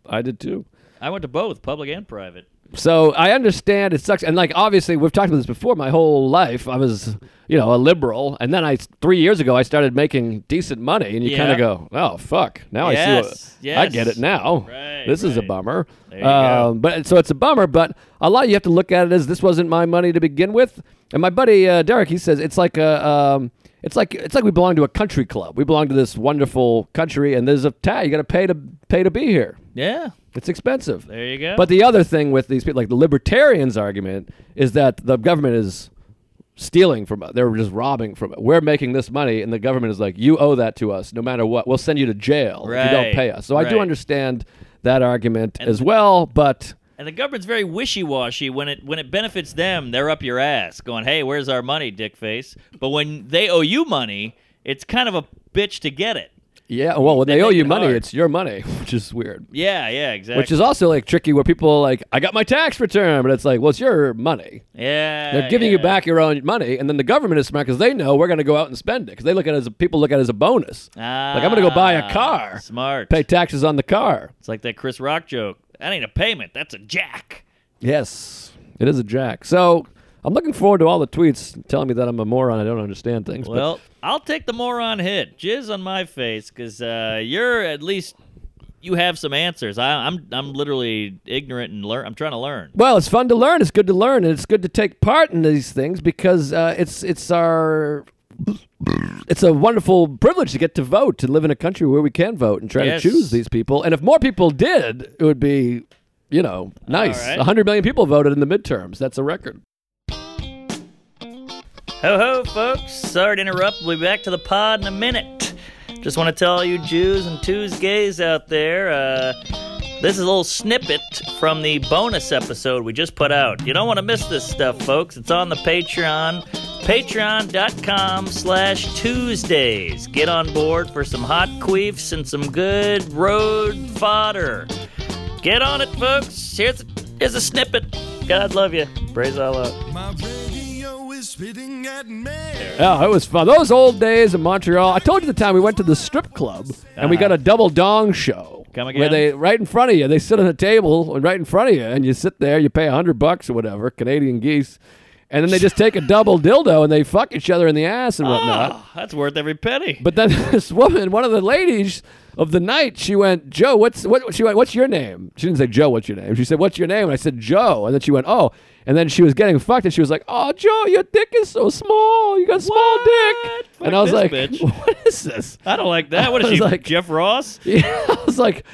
[SPEAKER 4] I did too.
[SPEAKER 2] I went to both public and private.
[SPEAKER 4] So I understand it sucks, and like obviously we've talked about this before. My whole life I was, you know, a liberal, and then I three years ago I started making decent money, and you kind
[SPEAKER 2] Yeah.
[SPEAKER 4] of go, oh fuck, now
[SPEAKER 2] Yes,
[SPEAKER 4] I see, what, I
[SPEAKER 2] yes.
[SPEAKER 4] get it now.
[SPEAKER 2] Right,
[SPEAKER 4] this is a
[SPEAKER 2] right.
[SPEAKER 4] bummer.
[SPEAKER 2] There you go.
[SPEAKER 4] Um, but so it's a bummer, but a lot you have to look at it as this wasn't my money to begin with. And my buddy uh, Derek, he says it's like a, um, it's like it's like we belong to a country club. We belong to this wonderful country, and there's a tag you got to pay to pay to be here.
[SPEAKER 2] Yeah.
[SPEAKER 4] It's expensive.
[SPEAKER 2] There you go.
[SPEAKER 4] But the other thing with these people, like the libertarians' argument, is that the government is stealing from us. They're just robbing from us. We're making this money, and the government is like, you owe that to us no matter what. We'll send you to jail if you
[SPEAKER 2] Right,
[SPEAKER 4] don't pay us. So I do
[SPEAKER 2] right.
[SPEAKER 4] understand that argument as well, but.
[SPEAKER 2] And the government's very wishy-washy when it when it benefits them, they're up your ass, going, "Hey, where's our money, dickface?" But when they owe you money, it's kind of a bitch to get it.
[SPEAKER 4] Yeah, well, when
[SPEAKER 2] They
[SPEAKER 4] they, owe
[SPEAKER 2] make
[SPEAKER 4] you
[SPEAKER 2] it
[SPEAKER 4] money,
[SPEAKER 2] hard.
[SPEAKER 4] it's your money, which is weird.
[SPEAKER 2] Yeah, yeah, exactly.
[SPEAKER 4] Which is also like tricky where people are like, I got my tax return, but it's like, well, it's your money.
[SPEAKER 2] yeah,
[SPEAKER 4] They're giving you
[SPEAKER 2] yeah.
[SPEAKER 4] back your own money, and then the government is smart because they know we're going to go out and spend it because they look at it as a, people look at it as a bonus. like I'm going to go buy
[SPEAKER 2] Ah,
[SPEAKER 4] a car,
[SPEAKER 2] Smart.
[SPEAKER 4] pay taxes on the car.
[SPEAKER 2] It's like that Chris Rock joke. That ain't a payment. That's a jack.
[SPEAKER 4] Yes, it is a jack. So I'm looking forward to all the tweets telling me that I'm a moron. I don't understand things.
[SPEAKER 2] Well, I'll take the moron hit. Jizz on my face, because uh, you're at least you have some answers. I, I'm I'm literally ignorant and learn. I'm trying to learn.
[SPEAKER 4] but, well, it's fun to learn. It's good to learn, and it's good to take part in these things because uh, it's it's our it's a wonderful privilege to get to vote to live in a country where we can vote and try
[SPEAKER 2] Yes.
[SPEAKER 4] to choose these people. And if more people did, it would be. You know, nice.
[SPEAKER 2] right.
[SPEAKER 4] A 100 million people voted in the midterms. That's a record.
[SPEAKER 2] Ho ho, folks. Sorry to interrupt. We'll be back to the pod in a minute. Just want to tell all you Jews and Tuesdays out there uh, this is a little snippet from the bonus episode we just put out. You don't want to miss this stuff, folks. It's on the Patreon. Patreon.com slash Tuesdays. Get on board for some hot queefs and some good road fodder. Get on it, folks. Here's, here's a snippet. God love you. Praise Allah.
[SPEAKER 3] My radio is spitting at me.
[SPEAKER 4] Yeah, it was fun. Those old days in Montreal. I told you the time we went to the strip club and we got a double dong show.
[SPEAKER 2] Uh-huh. Come again?
[SPEAKER 4] Where they right in front of you, they sit on a table right in front of you, and you sit there. You pay a hundred bucks or whatever, Canadian geese, and then they just take a double dildo and they
[SPEAKER 2] Ah.
[SPEAKER 4] fuck each other in the ass and whatnot.
[SPEAKER 2] Oh, that's worth every penny.
[SPEAKER 4] But then this woman, one of the ladies, of the night, she went, Joe, what's what? She went, what's your name? She didn't say Joe, what's your name? She said, what's your name? And I said Joe, and then she went, oh, and then she was getting fucked, and she was like, oh, Joe, your dick is so small, you got a small dick,
[SPEAKER 2] Fuck
[SPEAKER 4] and I was
[SPEAKER 2] this
[SPEAKER 4] like,
[SPEAKER 2] bitch.
[SPEAKER 4] what is this?
[SPEAKER 2] I don't like that. What
[SPEAKER 4] I
[SPEAKER 2] is
[SPEAKER 4] was
[SPEAKER 2] she,
[SPEAKER 4] like-
[SPEAKER 2] Jeff Ross?
[SPEAKER 4] Yeah, I was like,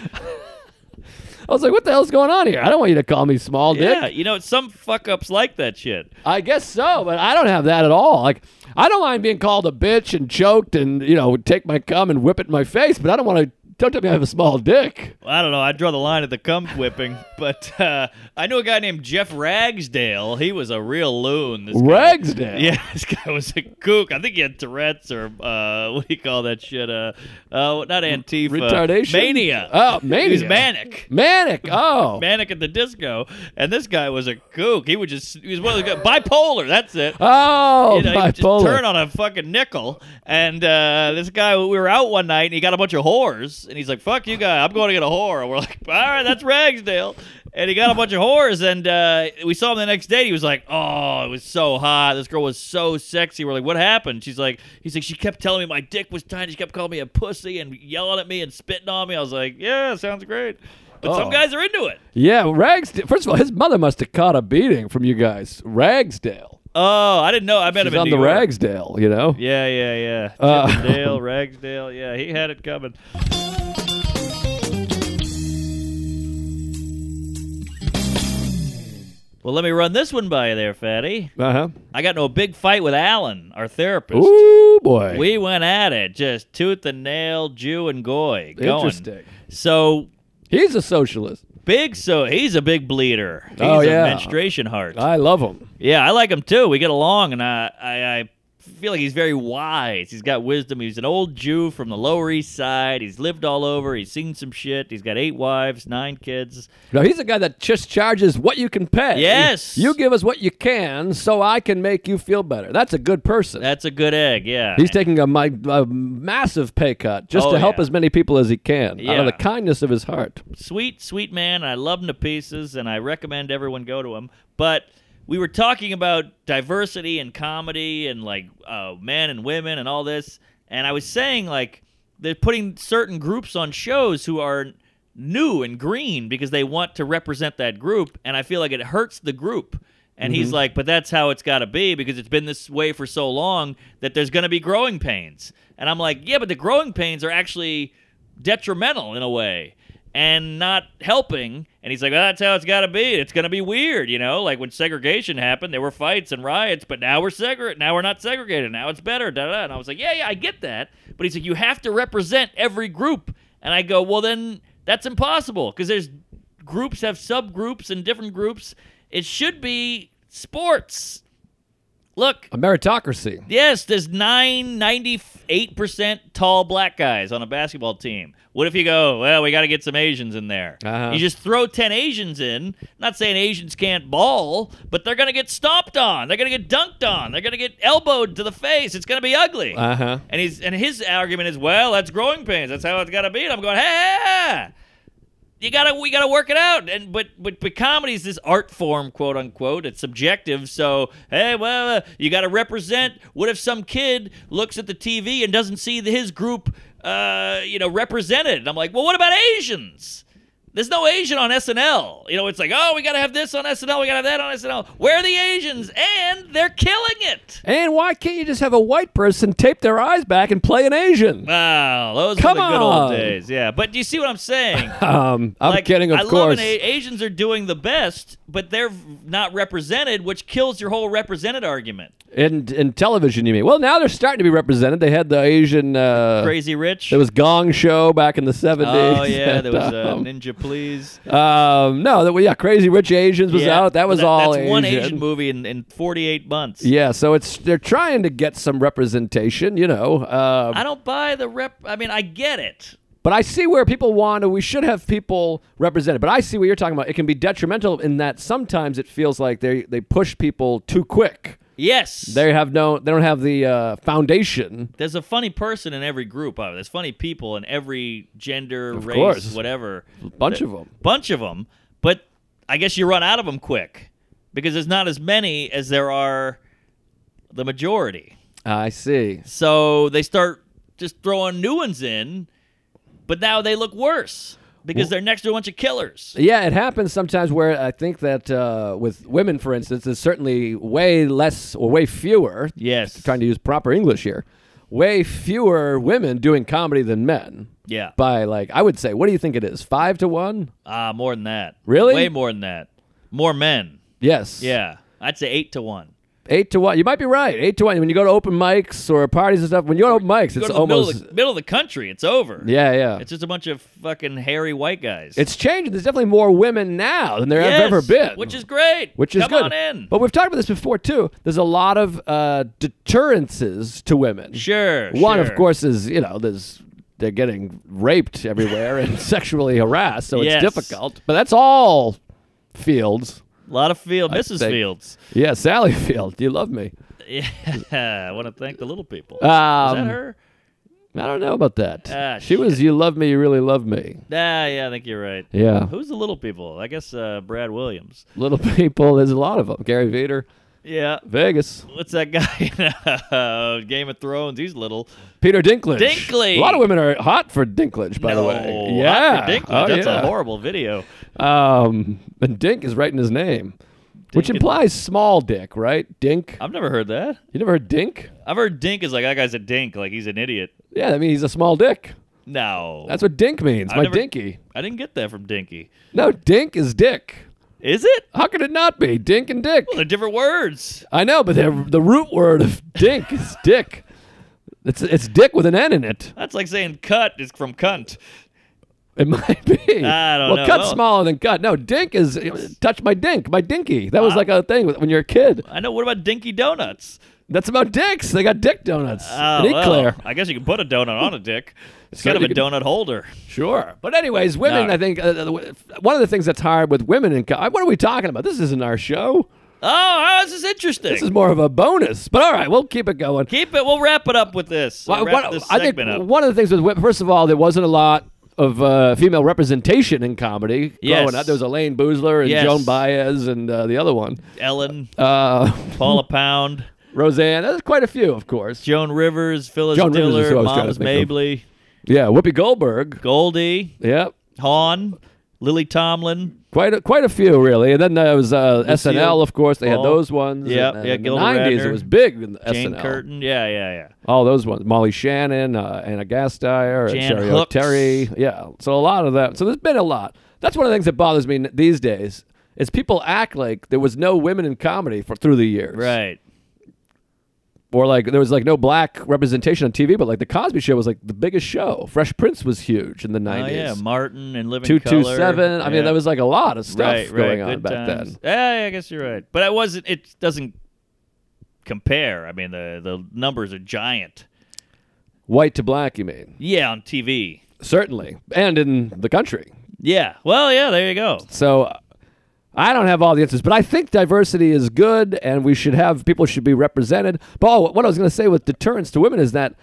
[SPEAKER 4] I was like, what the hell's going on here? I don't want you to call me small dick.
[SPEAKER 2] Yeah, you know, some fuck ups like that shit.
[SPEAKER 4] I guess so, but I don't have that at all. Like, I don't mind being called a bitch and choked and, you know, take my cum and whip it in my face, but I don't want to, don't tell me I have a small dick.
[SPEAKER 2] I don't know. I draw the line at the cum whipping, but uh, I knew a guy named Jeff Ragsdale. He was a real loon. This guy.
[SPEAKER 4] Ragsdale.
[SPEAKER 2] Yeah, this guy was a kook. I think he had Tourette's or uh, what do you call that shit? Uh, uh, not Antifa.
[SPEAKER 4] Retardation?
[SPEAKER 2] Uh, Mania.
[SPEAKER 4] Oh,
[SPEAKER 2] He was
[SPEAKER 4] mania.
[SPEAKER 2] manic.
[SPEAKER 4] Manic. Oh.
[SPEAKER 2] Manic at the disco. And this guy was a kook. He would just, he was one of those guys. Bipolar, that's it.
[SPEAKER 4] Oh,
[SPEAKER 2] You know, he would just
[SPEAKER 4] bipolar.
[SPEAKER 2] turn on a fucking nickel. And uh, this guy, we were out one night, and he got a bunch of whores. And he's like, "Fuck you, guy! I'm going to get a whore." And we're like, "All right, that's Ragsdale." And he got a bunch of whores, and uh, we saw him the next day. and He was like, "Oh, it was so hot. This girl was so sexy." We're like, "What happened?" She's like, "He's like, she kept telling me my dick was tiny. She kept calling me a pussy and yelling at me and spitting on me." I was like, "Yeah, sounds great." But some
[SPEAKER 4] Oh.
[SPEAKER 2] guys are into it.
[SPEAKER 4] Yeah, Ragsdale. First of all, his mother must have caught a beating from you guys. Ragsdale.
[SPEAKER 2] Oh, I didn't know. I met
[SPEAKER 4] She's
[SPEAKER 2] him in
[SPEAKER 4] on
[SPEAKER 2] New
[SPEAKER 4] the
[SPEAKER 2] York.
[SPEAKER 4] Ragsdale, you know?
[SPEAKER 2] Yeah, yeah, yeah.
[SPEAKER 4] Uh,
[SPEAKER 2] Chippendale, Ragsdale. Yeah, he had it coming. Well, let me run this one by you there, Fatty.
[SPEAKER 4] Uh
[SPEAKER 2] I got into a big fight with Alan, our
[SPEAKER 4] huh.
[SPEAKER 2] therapist.
[SPEAKER 4] Ooh, boy.
[SPEAKER 2] We went at it, just tooth and nail, Jew and goy. Going.
[SPEAKER 4] Interesting.
[SPEAKER 2] So
[SPEAKER 4] He's a socialist.
[SPEAKER 2] big, so he's a big bleeder. He's
[SPEAKER 4] Oh, yeah. Oh,
[SPEAKER 2] a menstruation heart.
[SPEAKER 4] I love him.
[SPEAKER 2] Yeah, I like him too. We get along, and I, I, I feel like he's very wise. He's got wisdom. He's an old Jew from the Lower East Side. He's lived all over. He's seen some shit. He's got eight wives, nine kids.
[SPEAKER 4] No, he's a guy that just charges what you can pay.
[SPEAKER 2] Yes.
[SPEAKER 4] You give us what you can so I can make you feel better. That's a good person.
[SPEAKER 2] That's a good egg, yeah.
[SPEAKER 4] He's taking a, mi- a massive pay cut just
[SPEAKER 2] Oh,
[SPEAKER 4] to help
[SPEAKER 2] yeah.
[SPEAKER 4] as many people as he can out
[SPEAKER 2] Yeah.
[SPEAKER 4] of the kindness of his heart.
[SPEAKER 2] sweet, sweet man. I love him to pieces, and I recommend everyone go to him. But we were talking about diversity and comedy and like uh, men and women and all this, and I was saying like they're putting certain groups on shows who are new and green because they want to represent that group, and I feel like it hurts the group. And he's like, but that's how it's got to be because it's been this way for so long that there's going to be growing pains. And I'm like, yeah, but the growing pains are actually detrimental in a way and not helping. And he's like, well, that's how it's got to be. It's going to be weird, you know? Like when segregation happened, there were fights and riots, but now we're segregated. Now we're not segregated. Now it's better. Da, da, da. And I was like, yeah, yeah, I get that. But he's like, you have to represent every group. And I go, well, then that's impossible because there's groups have subgroups and different groups. It should be sports. Look,
[SPEAKER 4] A meritocracy.
[SPEAKER 2] Yes, there's nine ninety-eight percent tall black guys on a basketball team. What if you go, well, we got to get some Asians in there?
[SPEAKER 4] Uh-huh.
[SPEAKER 2] You just throw 10 Asians in. Not saying Asians can't ball, but they're going to get stomped on. They're going to get dunked on. They're going to get elbowed to the face. It's going to be ugly.
[SPEAKER 4] Uh huh.
[SPEAKER 2] And he's and his argument is, well, that's growing pains. That's how it's got to be. And I'm going, hey, hey, hey, you gotta we gotta work it out. And but but but comedy is this art form, quote unquote. It's subjective. So hey, well, uh, you gotta represent. What if some kid looks at the TV and doesn't see the, his group, uh, you know, represented? And I'm like, well, what about Asians? There's no Asian on SNL. You know, it's like, oh, we gotta have this on SNL. We gotta have that on SNL. Where are the Asians? And they're killing it.
[SPEAKER 4] And why can't you just have a white person tape their eyes back and play an Asian?
[SPEAKER 2] Wow, those
[SPEAKER 4] Come
[SPEAKER 2] were the good old
[SPEAKER 4] on.
[SPEAKER 2] days. Yeah, but do you see what I'm saying?
[SPEAKER 4] Um, I'm
[SPEAKER 2] Like,
[SPEAKER 4] kidding, of
[SPEAKER 2] I Love
[SPEAKER 4] course.
[SPEAKER 2] when A- Asians are doing the best, but they're not represented, which kills your whole represented argument.
[SPEAKER 4] in in television, you mean? Well, now they're starting to be represented. They had the Asian. Uh,
[SPEAKER 2] Crazy Rich.
[SPEAKER 4] There was Gong Show back in the '70s.
[SPEAKER 2] oh yeah, there was
[SPEAKER 4] And,
[SPEAKER 2] uh,
[SPEAKER 4] um,
[SPEAKER 2] Ninja Please.
[SPEAKER 4] um, no, that yeah, Crazy Rich Asians was
[SPEAKER 2] Yeah,
[SPEAKER 4] out. That was
[SPEAKER 2] that-
[SPEAKER 4] all
[SPEAKER 2] That's one Asian movie in, in 48 months.
[SPEAKER 4] Yeah, so it's they're trying to get some representation, you know. Uh,
[SPEAKER 2] I don't buy the rep. I mean, I get it.
[SPEAKER 4] but I see where people want to. We should have people represented. But I see what you're talking about. It can be detrimental in that sometimes it feels like they they push people too quick.
[SPEAKER 2] Yes.
[SPEAKER 4] They have no. They don't have the uh, foundation.
[SPEAKER 2] There's a funny person in every group. uh, There's funny people in every gender, race,
[SPEAKER 4] course.
[SPEAKER 2] whatever.
[SPEAKER 4] Bunch of them.
[SPEAKER 2] bunch of them, but I guess you run out of them quick because there's not as many as there are the majority.
[SPEAKER 4] I see.
[SPEAKER 2] So they start just throwing new ones in, But now they look worse because they're next to a bunch of killers.
[SPEAKER 4] Yeah, it happens sometimes where I think that uh, with women, for instance, there's certainly way less or way fewer.
[SPEAKER 2] Yes.
[SPEAKER 4] Trying to use proper English here. Way fewer women doing comedy than men.
[SPEAKER 2] Yeah.
[SPEAKER 4] By like, I would say, what do you think it is? Five to one?
[SPEAKER 2] Ah, more than that.
[SPEAKER 4] Really?
[SPEAKER 2] Way more than that. More men.
[SPEAKER 4] Yes.
[SPEAKER 2] Yeah. I'd say eight to one.
[SPEAKER 4] Eight to one. You might be right. Eight to one. When you go to open mics or parties and stuff, when you go to open mics,
[SPEAKER 2] Go
[SPEAKER 4] it's
[SPEAKER 2] to the middle,
[SPEAKER 4] almost.
[SPEAKER 2] of the, middle of the country. It's over.
[SPEAKER 4] yeah, yeah.
[SPEAKER 2] It's just a bunch of fucking hairy white guys.
[SPEAKER 4] It's changing. There's definitely more women now than there
[SPEAKER 2] Yes,
[SPEAKER 4] have ever been.
[SPEAKER 2] Which is great.
[SPEAKER 4] which is
[SPEAKER 2] Come
[SPEAKER 4] good.
[SPEAKER 2] on in.
[SPEAKER 4] But we've talked about this before too. There's a lot of uh, deterrences to women.
[SPEAKER 2] Sure.
[SPEAKER 4] One, of
[SPEAKER 2] sure.
[SPEAKER 4] course, is you know there's they're getting raped everywhere and sexually harassed, so
[SPEAKER 2] Yes.
[SPEAKER 4] it's difficult. But that's all fields.
[SPEAKER 2] A lot of Field, Mrs.
[SPEAKER 4] think-
[SPEAKER 2] Fields.
[SPEAKER 4] Yeah, Sally Field, you love me.
[SPEAKER 2] Yeah. I want to thank the little people. is that
[SPEAKER 4] Um,
[SPEAKER 2] her?
[SPEAKER 4] I don't know about that.
[SPEAKER 2] Ah,
[SPEAKER 4] she was you love me, you really love me.
[SPEAKER 2] Nah, yeah, I think you're right.
[SPEAKER 4] Yeah,
[SPEAKER 2] Who's the little people? I guess uh, Brad Williams.
[SPEAKER 4] little people. There's a lot of them. Gary Veter,
[SPEAKER 2] Yeah.
[SPEAKER 4] Vegas,
[SPEAKER 2] What's that guy in uh, Game of Thrones? He's little.
[SPEAKER 4] Peter Dinklage.
[SPEAKER 2] Dinklage!
[SPEAKER 4] A lot of women are hot for Dinklage, by the
[SPEAKER 2] No,
[SPEAKER 4] way.
[SPEAKER 2] not
[SPEAKER 4] Yeah,
[SPEAKER 2] for Dinklage.
[SPEAKER 4] Oh,
[SPEAKER 2] That's a
[SPEAKER 4] yeah.
[SPEAKER 2] horrible video.
[SPEAKER 4] Um, and Dink is right in his name, which
[SPEAKER 2] Dink is-
[SPEAKER 4] implies small dick, right? Dink.
[SPEAKER 2] I've never heard that.
[SPEAKER 4] You never heard Dink?
[SPEAKER 2] I've heard Dink is like that guy's a dink, like he's an idiot.
[SPEAKER 4] Yeah, I mean he's a small dick.
[SPEAKER 2] No,
[SPEAKER 4] That's what Dink means.
[SPEAKER 2] I
[SPEAKER 4] my
[SPEAKER 2] never-
[SPEAKER 4] dinky.
[SPEAKER 2] I didn't get that from Dinky.
[SPEAKER 4] No, Dink is dick.
[SPEAKER 2] Is it?
[SPEAKER 4] How could it not be Dink and Dick?
[SPEAKER 2] Well, they're different words.
[SPEAKER 4] I know, but they're, the root word of Dink is dick. It's it's dick with an N in it.
[SPEAKER 2] That's like saying cut is from cunt.
[SPEAKER 4] It might be.
[SPEAKER 2] I don't
[SPEAKER 4] well,
[SPEAKER 2] know.
[SPEAKER 4] cut's
[SPEAKER 2] Well-
[SPEAKER 4] smaller than cut. No, Dink is touch my dink, my dinky. That was like a thing with- when you're a kid.
[SPEAKER 2] I know. What about Dinky donuts?
[SPEAKER 4] That's about dicks. They got dick donuts.
[SPEAKER 2] Oh,
[SPEAKER 4] An eclair.
[SPEAKER 2] well, I guess you can put a donut on a dick. It's
[SPEAKER 4] Sure
[SPEAKER 2] kind of a
[SPEAKER 4] you can.
[SPEAKER 2] donut holder.
[SPEAKER 4] Sure, but anyways, women.
[SPEAKER 2] No.
[SPEAKER 4] I think uh, the- one of the things that's hard with women in co- uh, what are we talking about? This isn't our show.
[SPEAKER 2] Oh, oh, this is interesting.
[SPEAKER 4] This is more of a bonus. But all right, we'll keep it going.
[SPEAKER 2] Keep it. We'll wrap it up with this. We'll
[SPEAKER 4] Well,
[SPEAKER 2] wrap
[SPEAKER 4] what-
[SPEAKER 2] this
[SPEAKER 4] I think
[SPEAKER 2] segment up.
[SPEAKER 4] one of the things with women. First of all, there wasn't a lot of uh, female representation in comedy
[SPEAKER 2] Yes.
[SPEAKER 4] growing up. There was Elaine Boozler and
[SPEAKER 2] Yes.
[SPEAKER 4] Joan Baez and uh, the other one,
[SPEAKER 2] Ellen,
[SPEAKER 4] uh,
[SPEAKER 2] Paula Pound,
[SPEAKER 4] Roseanne. There's quite a few, of course.
[SPEAKER 2] Joan Rivers, Phyllis
[SPEAKER 4] Joan Rivers is
[SPEAKER 2] Diller,
[SPEAKER 4] who I was trying to
[SPEAKER 2] Moms
[SPEAKER 4] think of.
[SPEAKER 2] Mabley,
[SPEAKER 4] Yeah, Whoopi Goldberg.
[SPEAKER 2] Goldie,
[SPEAKER 4] Yep.
[SPEAKER 2] Hawn, Lily Tomlin.
[SPEAKER 4] Quite a, quite a few really, and then there was uh,
[SPEAKER 2] Lucille
[SPEAKER 4] SNL. Of course, they had
[SPEAKER 2] Ball.
[SPEAKER 4] those ones.
[SPEAKER 2] Yep,
[SPEAKER 4] and,
[SPEAKER 2] yeah,
[SPEAKER 4] in the
[SPEAKER 2] Gilda
[SPEAKER 4] '90s
[SPEAKER 2] Radner,
[SPEAKER 4] it was big. In the
[SPEAKER 2] Jane
[SPEAKER 4] SNL.
[SPEAKER 2] Curtin. Yeah, yeah, yeah.
[SPEAKER 4] all those ones. Molly Shannon, uh, Anna Gasteyer, and
[SPEAKER 2] Jan
[SPEAKER 4] Sherry
[SPEAKER 2] Hooks.
[SPEAKER 4] O'Terry. Yeah, so a lot of that. So there's been a lot. That's one of the things that bothers me n- these days is people act like there was no women in comedy for through the years,
[SPEAKER 2] Right.
[SPEAKER 4] Or like there was like no black representation on TV, but like the Cosby Show was like the biggest show. Fresh Prince was huge in the
[SPEAKER 2] Oh yeah,
[SPEAKER 4] nineties.
[SPEAKER 2] Martin and Living
[SPEAKER 4] Two two
[SPEAKER 2] Color.
[SPEAKER 4] seven. I
[SPEAKER 2] Yeah.
[SPEAKER 4] mean, there was like a lot of stuff
[SPEAKER 2] right,
[SPEAKER 4] going on
[SPEAKER 2] right. Good
[SPEAKER 4] back then.
[SPEAKER 2] times. Yeah, yeah, I guess you're right. But I wasn't. It doesn't compare. I mean, the the numbers are giant.
[SPEAKER 4] White to black, you mean?
[SPEAKER 2] Yeah, on TV.
[SPEAKER 4] Certainly, and in the country.
[SPEAKER 2] Yeah. Well, yeah. There you go.
[SPEAKER 4] So uh, I don't have all the answers, but I think diversity is good, and we should have people should be represented. But oh, what I was going to say with deterrence to women is that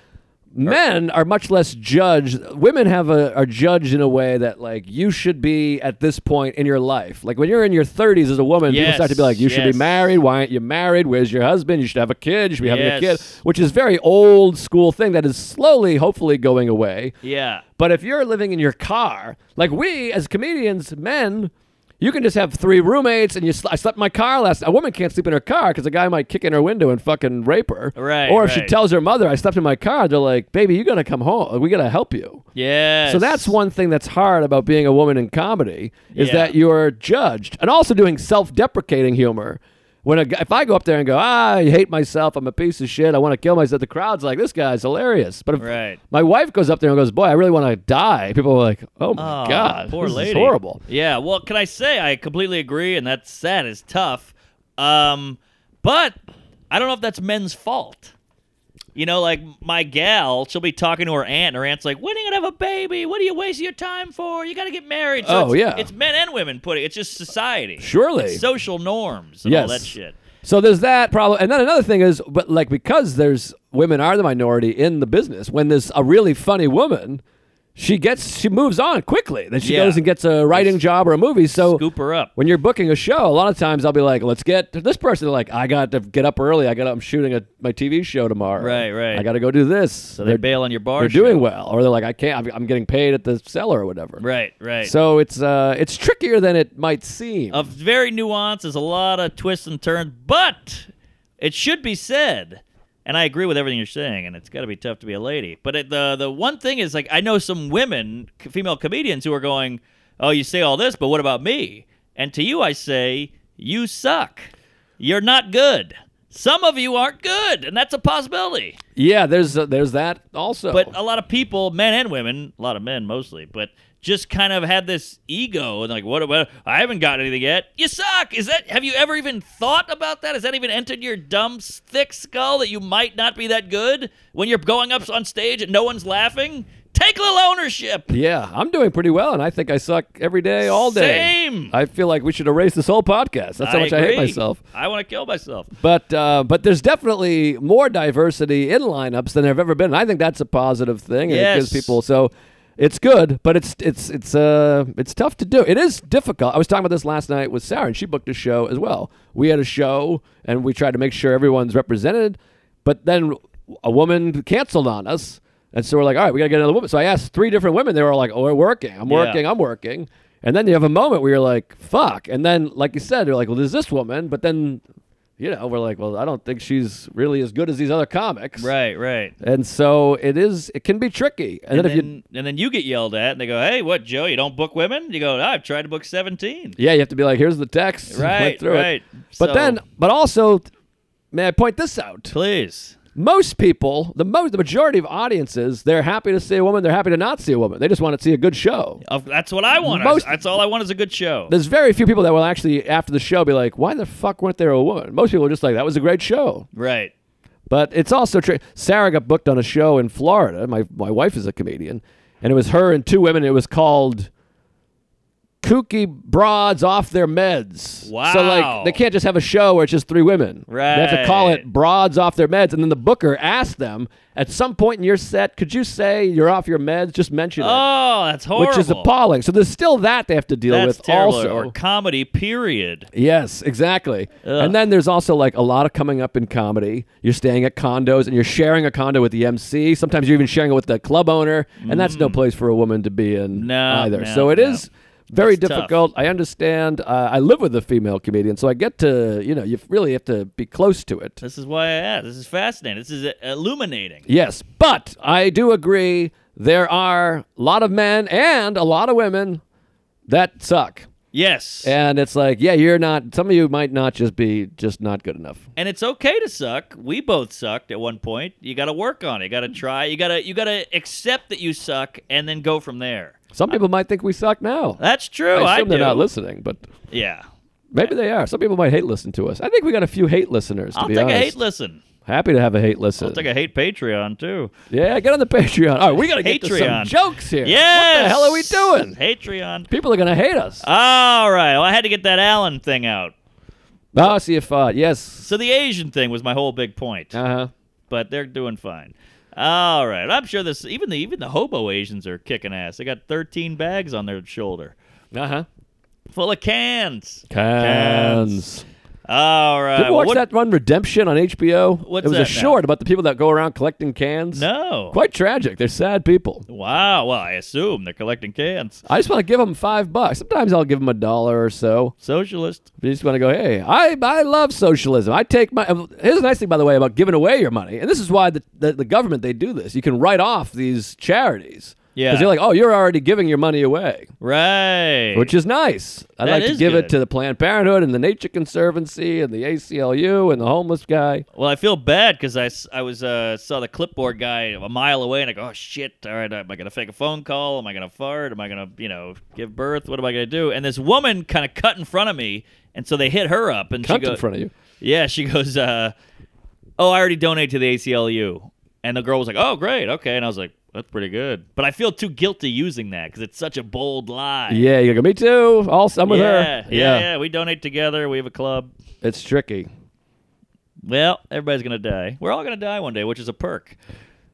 [SPEAKER 4] men are much less judged. Women have a are judged in a way that like you should be at this point in your life. Like when you're in your 30s as a woman, people start to be
[SPEAKER 2] Yes,
[SPEAKER 4] like, you should
[SPEAKER 2] yes.
[SPEAKER 4] be married. Why aren't you married? Where's your husband? You should have a kid. You should be having a kid,
[SPEAKER 2] Yes.
[SPEAKER 4] which is very old school thing that is slowly, hopefully, going away.
[SPEAKER 2] Yeah.
[SPEAKER 4] But if you're living in your car, like we as comedians, men, you can just have three roommates and you. Sl- I slept in my car last. A woman can't sleep in her car because a guy might kick in her window and fucking rape her.
[SPEAKER 2] Right,
[SPEAKER 4] Or if she
[SPEAKER 2] right.
[SPEAKER 4] tells her mother, "I slept in my car," they're like, "Baby, you gotta come home. We gotta help you."
[SPEAKER 2] Yeah.
[SPEAKER 4] So that's one thing that's hard about being a woman in comedy is
[SPEAKER 2] Yeah.
[SPEAKER 4] that you're judged, and also doing self-deprecating humor. When a, guy- if I go up there and go, ah, I hate myself, I'm a piece of shit, I want to kill myself, the crowd's like, this guy's hilarious. But if
[SPEAKER 2] Right.
[SPEAKER 4] my wife goes up there and goes, boy, I really want to die, people are like, oh my
[SPEAKER 2] Oh,
[SPEAKER 4] god,
[SPEAKER 2] poor
[SPEAKER 4] this
[SPEAKER 2] lady.
[SPEAKER 4] is horrible.
[SPEAKER 2] Yeah. Well, can I say I completely agree, and that's that is tough. Um, but I don't know if that's men's fault. You know, like my gal, she'll be talking to her aunt, and her aunt's like, "When are you gonna have a baby? What are you wasting your time for? You gotta get married." So
[SPEAKER 4] Oh,
[SPEAKER 2] it's,
[SPEAKER 4] yeah.
[SPEAKER 2] it's men and women putting. It's just society,
[SPEAKER 4] Surely.
[SPEAKER 2] It's social norms, and all
[SPEAKER 4] Yes.
[SPEAKER 2] that shit.
[SPEAKER 4] So there's that problem, and then another thing is, but like because there's women are the minority in the business. When there's a really funny woman, she gets she moves on quickly. Then she
[SPEAKER 2] Yeah.
[SPEAKER 4] goes and gets a writing job or a movie. So
[SPEAKER 2] Scoop her up.
[SPEAKER 4] when you're booking a show, a lot of times I'll be like, "Let's get this person." They're like, "I got to get up early. I got I'm shooting a, my TV show tomorrow.
[SPEAKER 2] Right, right.
[SPEAKER 4] I got to go do this." So
[SPEAKER 2] They bail on your bar.
[SPEAKER 4] They're
[SPEAKER 2] show.
[SPEAKER 4] doing well, or they're like, "I can't. I'm, I'm getting paid at the cellar or whatever."
[SPEAKER 2] Right, right.
[SPEAKER 4] So it's uh it's trickier than it might seem.
[SPEAKER 2] a very nuanced. There's a lot of twists and turns, but it should be said. And I agree with everything you're saying, and it's got to be tough to be a lady. But it, the the one thing is, like, I know some women, c- female comedians, who are going, "Oh, you say all this, but what about me?" And to you, I say, you suck. You're not good. Some of you aren't good, and that's a possibility.
[SPEAKER 4] yeah, there's uh, there's that also.
[SPEAKER 2] But a lot of people, men and women, a lot of men mostly, but just kind of had this ego and like, what about? I haven't got anything yet. You suck. Is that? Have you ever even thought about that? Has that even entered your dumb, thick skull that you might not be that good when you're going up on stage and no one's laughing? Take a little ownership.
[SPEAKER 4] yeah, I'm doing pretty well, and I think I suck every day, all day.
[SPEAKER 2] Same.
[SPEAKER 4] I feel like we should erase this whole podcast. That's how much I hate
[SPEAKER 2] agree.
[SPEAKER 4] myself.
[SPEAKER 2] I want to kill myself.
[SPEAKER 4] But uh, but there's definitely more diversity in lineups than there have ever been. And I think that's a positive thing. and It gives
[SPEAKER 2] Yes.
[SPEAKER 4] people so it's good, but it's it's it's uh it's tough to do. It is difficult. I was talking about this last night with Sarah, and she booked a show as well. We had a show, and we tried to make sure everyone's represented. But then a woman canceled on us, and so we're like, all right, we gotta get another woman. So I asked three different women. They were all like, oh, we're working. I'm
[SPEAKER 2] Yeah.
[SPEAKER 4] working. I'm working. And then you have a moment where you're like, fuck. And then, like you said, you're like, well, there's this woman. But then, you know, we're like, well, I don't think she's really as good as these other comics.
[SPEAKER 2] Right. Right.
[SPEAKER 4] And so it is, it can be tricky. And,
[SPEAKER 2] And
[SPEAKER 4] then if you,
[SPEAKER 2] then, and then you get yelled at, and they go, "Hey, what, Joe? You don't book women?" You go, "I've tried to book 17."
[SPEAKER 4] yeah, you have to be like, here's the text. and went
[SPEAKER 2] Right,
[SPEAKER 4] through it.
[SPEAKER 2] right.
[SPEAKER 4] But
[SPEAKER 2] So-
[SPEAKER 4] then, but also, may I point this out?
[SPEAKER 2] Please.
[SPEAKER 4] Most people, the most, the majority of audiences, they're happy to see a woman. They're happy to not see a woman. They just want to see a good show.
[SPEAKER 2] Of- That's what I want.
[SPEAKER 4] Most-
[SPEAKER 2] that's all I want is a good show.
[SPEAKER 4] There's very few people that will actually, after the show, be like, why the fuck weren't there a woman? Most people are just like, that was a great show.
[SPEAKER 2] right.
[SPEAKER 4] But it's also true. Sarah got booked on a show in Florida. My my wife is a comedian, and it was her and two women. It was called "Kooky Broads Off Their Meds." So
[SPEAKER 2] Wow.
[SPEAKER 4] like they can't just have a show where it's just three women. They have to call
[SPEAKER 2] Right.
[SPEAKER 4] it "Broads Off Their Meds," and then the booker asked them at some point in your set, "Could you say you're off your meds? Just mention it."
[SPEAKER 2] Oh, that's horrible.
[SPEAKER 4] Which is appalling. So there's still that they have to deal
[SPEAKER 2] That's
[SPEAKER 4] with
[SPEAKER 2] terrible.
[SPEAKER 4] also.
[SPEAKER 2] Or comedy, period.
[SPEAKER 4] Yes, exactly.
[SPEAKER 2] Ugh.
[SPEAKER 4] And then there's also like a lot of coming up in comedy. You're staying at condos and you're sharing a condo with the MC. Sometimes you're even sharing it with the club owner, and that's no place for a woman to be in
[SPEAKER 2] Mm. No,
[SPEAKER 4] either.
[SPEAKER 2] no,
[SPEAKER 4] so it
[SPEAKER 2] no.
[SPEAKER 4] is very
[SPEAKER 2] That's tough.
[SPEAKER 4] difficult. I understand. Uh, I live with a female comedian, so I get to, you know, you really have to be close to it.
[SPEAKER 2] This is why I asked. This is fascinating. This is uh, illuminating.
[SPEAKER 4] Yes, but I do agree there are a lot of men and a lot of women that suck.
[SPEAKER 2] Yes.
[SPEAKER 4] And it's like, yeah, you're not, some of you might not just be just not good enough.
[SPEAKER 2] and it's okay to suck. We both sucked at one point. You got to work on it. You got to try. You got to you got to accept that you suck and then go from there.
[SPEAKER 4] Some people might think we suck now.
[SPEAKER 2] That's true.
[SPEAKER 4] I assume
[SPEAKER 2] do.
[SPEAKER 4] they're not listening, but
[SPEAKER 2] Yeah.
[SPEAKER 4] maybe they are. Some people might hate listen to us. I think we got a few hate listeners. To
[SPEAKER 2] I'll
[SPEAKER 4] be
[SPEAKER 2] take
[SPEAKER 4] honest,
[SPEAKER 2] a hate listen.
[SPEAKER 4] happy to have a hate listen.
[SPEAKER 2] I'll take a hate Patreon too.
[SPEAKER 4] yeah, get on the Patreon. All right, we got to get to some
[SPEAKER 2] Patreon.
[SPEAKER 4] jokes here.
[SPEAKER 2] Yes. Uh,
[SPEAKER 4] what the hell are we doing?
[SPEAKER 2] Patreon.
[SPEAKER 4] People are gonna hate us.
[SPEAKER 2] All right. Well, I had to get that Allen thing out.
[SPEAKER 4] oh, see if uh, yes.
[SPEAKER 2] So the Asian thing was my whole big point,
[SPEAKER 4] Uh huh.
[SPEAKER 2] but they're doing fine. All right, I'm sure this even the even the hobo Asians are kicking ass. They got 13 bags on their shoulder,
[SPEAKER 4] Uh
[SPEAKER 2] Uh-huh.
[SPEAKER 4] huh.
[SPEAKER 2] full of cans.
[SPEAKER 4] Cans.
[SPEAKER 2] All right.
[SPEAKER 4] Did you watch
[SPEAKER 2] Uh, what-
[SPEAKER 4] that one Redemption on HBO?
[SPEAKER 2] What's
[SPEAKER 4] it was
[SPEAKER 2] that now?
[SPEAKER 4] a short about the people that go around collecting cans.
[SPEAKER 2] No.
[SPEAKER 4] Quite tragic. They're sad people.
[SPEAKER 2] Wow. Well, I assume they're collecting cans.
[SPEAKER 4] I just want to give them five bucks. Sometimes I'll give them a dollar or so.
[SPEAKER 2] Socialist.
[SPEAKER 4] You just want to go, hey, I, I love socialism. I take my. Here's the nice thing, by the way, about giving away your money. And this is why the, the, the government, they do this. You can write off these charities.
[SPEAKER 2] Yeah.
[SPEAKER 4] Because you're like, oh, you're already giving your money away,
[SPEAKER 2] Right.
[SPEAKER 4] which is nice. I'd
[SPEAKER 2] That
[SPEAKER 4] like to
[SPEAKER 2] is
[SPEAKER 4] give
[SPEAKER 2] good.
[SPEAKER 4] it to the Planned Parenthood and the Nature Conservancy and the ACLU and the homeless guy.
[SPEAKER 2] Well, I feel bad because I, s- I was uh, saw the clipboard guy a mile away, and I go, oh shit! All right, am I gonna fake a phone call? Am I gonna fart? Am I gonna you know give birth? What am I gonna do? And this woman kind of cut in front of me, and so they hit her up, and she
[SPEAKER 4] Cunt
[SPEAKER 2] goes,
[SPEAKER 4] in front of you.
[SPEAKER 2] yeah, she goes, uh, oh, I already donated to the ACLU, and the girl was like, oh great, okay, and I was like, that's pretty good, but I feel too guilty using that because it's such a bold lie.
[SPEAKER 4] Yeah, you go, me too. All, I'm with
[SPEAKER 2] yeah,
[SPEAKER 4] her.
[SPEAKER 2] yeah, yeah. We donate together. We have a club.
[SPEAKER 4] It's tricky.
[SPEAKER 2] Well, everybody's gonna die. We're all gonna die one day, which is a perk.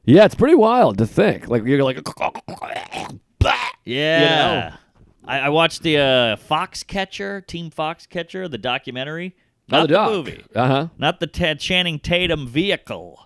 [SPEAKER 4] Yeah, it's pretty wild to think. Like you're like,
[SPEAKER 2] Yeah. I, I watched the uh, Fox Catcher, Team Fox Catcher, the documentary. Not
[SPEAKER 4] oh, the doc.
[SPEAKER 2] movie.
[SPEAKER 4] Uh huh.
[SPEAKER 2] Not the Ta Channing Tatum vehicle,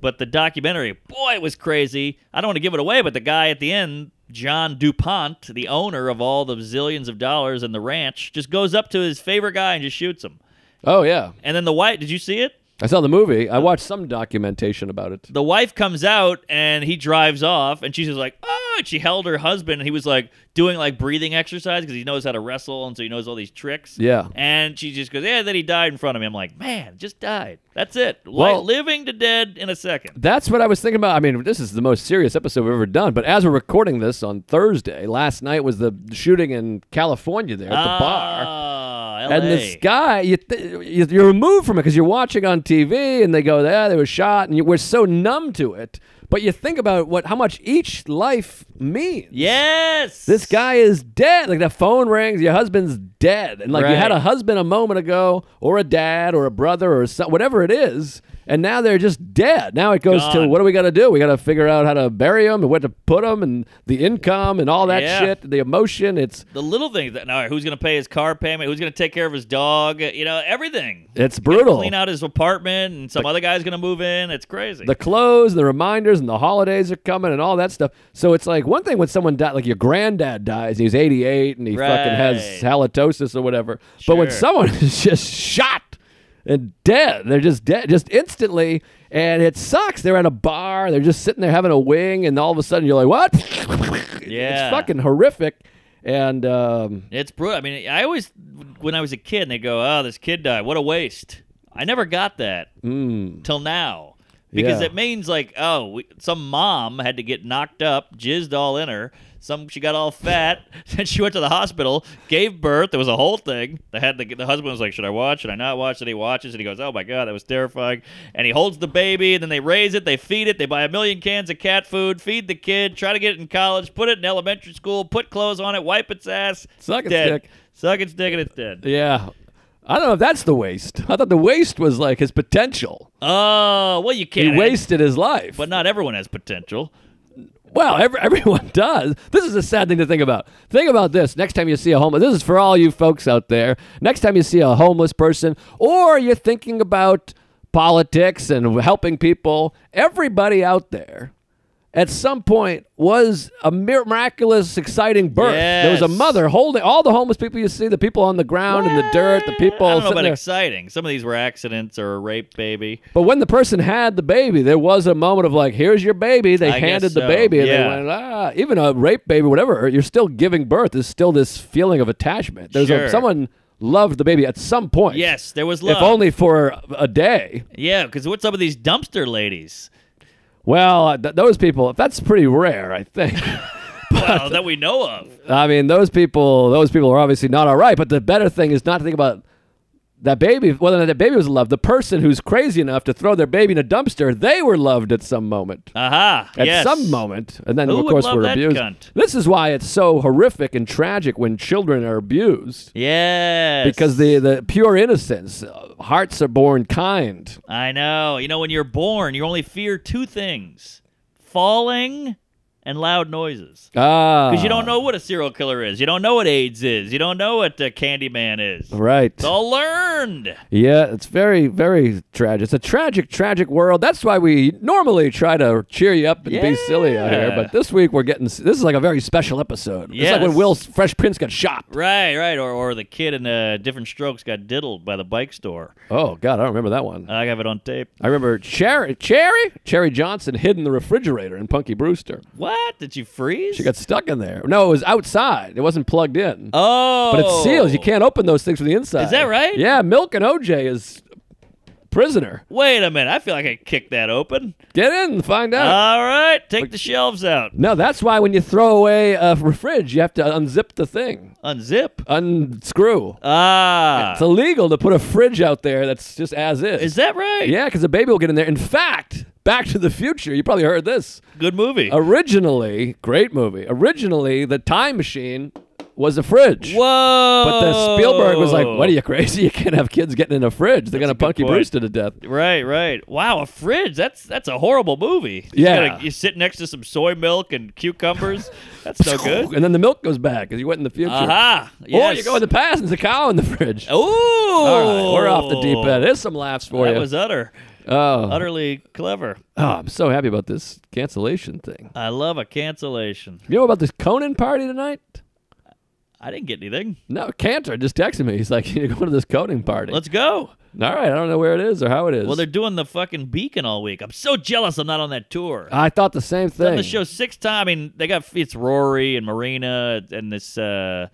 [SPEAKER 2] but the documentary. Boy, it was crazy. I don't want to give it away, but the guy at the end, John DuPont, the owner of all the zillions of dollars in the ranch, just goes up to his favorite guy and just shoots him.
[SPEAKER 4] Oh yeah.
[SPEAKER 2] And then the white, did you see it?
[SPEAKER 4] I saw the movie. I watched some documentation about it.
[SPEAKER 2] the wife comes out and he drives off and she's just like oh and she held her husband and he was like doing like breathing exercise because he knows how to wrestle and so he knows all these tricks
[SPEAKER 4] Yeah.
[SPEAKER 2] and she just goes yeah then he died in front of me i'm like man just died that's it
[SPEAKER 4] Well-
[SPEAKER 2] like living to dead in a second
[SPEAKER 4] That's what I was thinking about. I mean, this is the most serious episode we've ever done. But as we're recording this on Thursday, last night was the shooting in California there at the bar.
[SPEAKER 2] ah,
[SPEAKER 4] And
[SPEAKER 2] LA.
[SPEAKER 4] this guy, you th- you- you're removed from it because you're watching on TV, and they go, "Yeah, they were shot," and you, we're so numb to it. But you think about what how much each life means.
[SPEAKER 2] yes
[SPEAKER 4] This guy is dead. Like the phone rings, your husband's dead, and like you had
[SPEAKER 2] Right.
[SPEAKER 4] a husband a moment ago, or a dad, or a brother, or so, whatever it is, and now they're just dead. Now it goes to
[SPEAKER 2] Gone.
[SPEAKER 4] what do we got to do? We got to figure out how to bury them and where to put them, and the income and all that
[SPEAKER 2] Yeah.
[SPEAKER 4] shit, the emotion. It's
[SPEAKER 2] the little things that all right who's gonna pay his car payment who's gonna take care of his dog you know everything
[SPEAKER 4] it's brutal.
[SPEAKER 2] clean out his apartment and some other guy's gonna move in it's crazy
[SPEAKER 4] the clothes and the reminders and the holidays are coming and all that stuff. So it's like one thing when someone dies, like your granddad dies and he's 88 and he fucking has halitosis or whatever. But when
[SPEAKER 2] Sure.
[SPEAKER 4] someone is just shot and dead, they're just dead, just instantly. And it sucks. They're at a bar, they're just sitting there having a wing, and all of a sudden you're like, what?
[SPEAKER 2] Yeah.
[SPEAKER 4] It's fucking horrific. And um,
[SPEAKER 2] It's brutal. I mean, I always, when I was a kid, and they go, "Oh, this kid died. What a waste." I never got that till now because
[SPEAKER 4] Yeah.
[SPEAKER 2] it means like, oh, we, some mom had to get knocked up, jizzed all in her. Some she got all fat, and she went to the hospital, gave birth. There was a whole thing. They had the, the husband was like, "Should I watch? Should I not watch?" And he watches, and he goes, "Oh my god, that was terrifying." And he holds the baby, and then they raise it, they feed it, they buy a million cans of cat food, feed the kid, try to get it in college, put it in elementary school, put clothes on it, wipe its ass,
[SPEAKER 4] Suck its
[SPEAKER 2] dead.
[SPEAKER 4] dick.
[SPEAKER 2] Suck its dick and it's dead.
[SPEAKER 4] yeah. I don't know if that's the waste. I thought the waste was like his potential.
[SPEAKER 2] Oh, well, you
[SPEAKER 4] He
[SPEAKER 2] can't.
[SPEAKER 4] wasted his life.
[SPEAKER 2] But not everyone has potential.
[SPEAKER 4] Well, every, everyone does. This is a sad thing to think about. Think about this. Next time you see a homeless, this is for all you folks out there. Next time you see a homeless person, or you're thinking about politics and helping people, everybody out there at some point was a mir- miraculous, exciting birth. There was a
[SPEAKER 2] Yes.
[SPEAKER 4] mother holding all the homeless people you see, the people on the ground in the dirt, the people
[SPEAKER 2] I don't know
[SPEAKER 4] sitting
[SPEAKER 2] about
[SPEAKER 4] there.
[SPEAKER 2] exciting. Some of these were accidents or a rape baby.
[SPEAKER 4] But when the person had the baby, there was a moment of like, here's your baby. They
[SPEAKER 2] I guess
[SPEAKER 4] handed the
[SPEAKER 2] so,
[SPEAKER 4] baby and
[SPEAKER 2] yeah.
[SPEAKER 4] they went, ah, even a rape baby, whatever, you're still giving birth. There's still this feeling of attachment. There's
[SPEAKER 2] Sure.
[SPEAKER 4] a, someone loved the baby at some point.
[SPEAKER 2] Yes, there was love.
[SPEAKER 4] If only for a day.
[SPEAKER 2] Yeah, because what's up with these dumpster ladies?
[SPEAKER 4] Well, uh, th- those people, that's pretty rare, I think.
[SPEAKER 2] Well, that we know of.
[SPEAKER 4] I mean, those people, those people are obviously not all right. But the better thing is not to think about that baby, whether or not that baby was loved. The person who's crazy enough to throw their baby in a dumpster, they were loved at some moment.
[SPEAKER 2] Aha.
[SPEAKER 4] at
[SPEAKER 2] yes.
[SPEAKER 4] some moment, and then
[SPEAKER 2] Who
[SPEAKER 4] of
[SPEAKER 2] would
[SPEAKER 4] course
[SPEAKER 2] love
[SPEAKER 4] we're
[SPEAKER 2] that
[SPEAKER 4] abused.
[SPEAKER 2] cunt?
[SPEAKER 4] This is why it's so horrific and tragic when children are abused,
[SPEAKER 2] Yes.
[SPEAKER 4] because the the pure innocence, uh, hearts are born kind.
[SPEAKER 2] I know. You know, when you're born, you only fear two things falling and loud noises.
[SPEAKER 4] Ah,
[SPEAKER 2] Because you don't know what a serial killer is. You don't know what AIDS is. You don't know what uh, Candyman is.
[SPEAKER 4] Right.
[SPEAKER 2] It's all learned.
[SPEAKER 4] Yeah, it's very, very tragic. It's a tragic, tragic world. That's why we normally try to cheer you up and be silly out here.
[SPEAKER 2] Yeah.
[SPEAKER 4] But this week we're getting s- this is like a very special episode. It's like
[SPEAKER 2] Yes.
[SPEAKER 4] when Will's Fresh Prince got shot.
[SPEAKER 2] Right, right. Or, or the kid in uh, different strokes got diddled by the bike store.
[SPEAKER 4] Oh God, I don't remember that one.
[SPEAKER 2] I have it on tape.
[SPEAKER 4] I remember Cherry, Cherry, Cherry Johnson hid in the refrigerator in Punky Brewster.
[SPEAKER 2] What? Did you freeze?
[SPEAKER 4] She got stuck in there. No, it was outside. It wasn't plugged in.
[SPEAKER 2] Oh.
[SPEAKER 4] But it's seals. You can't open those things from the inside.
[SPEAKER 2] Is that right?
[SPEAKER 4] Yeah, Milk and OJ is prisoner.
[SPEAKER 2] Wait a minute. I feel like I kicked that open.
[SPEAKER 4] Get in and find out.
[SPEAKER 2] All right. Take the shelves out.
[SPEAKER 4] no, that's why when you throw away a fr- fridge, you have to unzip the thing,
[SPEAKER 2] Unzip.
[SPEAKER 4] unscrew.
[SPEAKER 2] Ah.
[SPEAKER 4] Oh. it's illegal to put a fridge out there that's just as is.
[SPEAKER 2] Is that right?
[SPEAKER 4] yeah, because a baby will get in there. In fact, Back to the Future, you probably heard this.
[SPEAKER 2] Good movie.
[SPEAKER 4] Originally, great movie. Originally, the time machine was the fridge.
[SPEAKER 2] Whoa!
[SPEAKER 4] But the Spielberg was like, "What are you crazy? You can't have kids getting in a fridge. They're gonna
[SPEAKER 2] Oh. good
[SPEAKER 4] punky
[SPEAKER 2] point.
[SPEAKER 4] Brewster to death."
[SPEAKER 2] Right, right. Wow, a fridge. That's that's a horrible movie. You
[SPEAKER 4] Yeah.
[SPEAKER 2] gotta- you sit next to some soy milk and cucumbers. That's no good.
[SPEAKER 4] And then the milk goes back because you went in the future.
[SPEAKER 2] Aha!
[SPEAKER 4] Or
[SPEAKER 2] Yes.
[SPEAKER 4] Oh, you go in the past and there's a cow in the fridge.
[SPEAKER 2] Ooh!
[SPEAKER 4] All right, we're off the deep end. There's some laughs for
[SPEAKER 2] That
[SPEAKER 4] you.
[SPEAKER 2] was utter,
[SPEAKER 4] oh.
[SPEAKER 2] utterly clever.
[SPEAKER 4] oh, I'm so happy about this cancellation thing.
[SPEAKER 2] I love a cancellation.
[SPEAKER 4] You know about this Conan party tonight?
[SPEAKER 2] I didn't get anything.
[SPEAKER 4] No, Cantor just texted me. He's like, "You're going to this Conan party."
[SPEAKER 2] Let's go.
[SPEAKER 4] All right, I don't know where it is or how it is.
[SPEAKER 2] Well, they're doing the fucking Beacon all week. I'm so jealous. I'm not on that tour.
[SPEAKER 4] I thought the same thing.
[SPEAKER 2] done the show six times. I mean, they got it's Rory and Marina and this uh,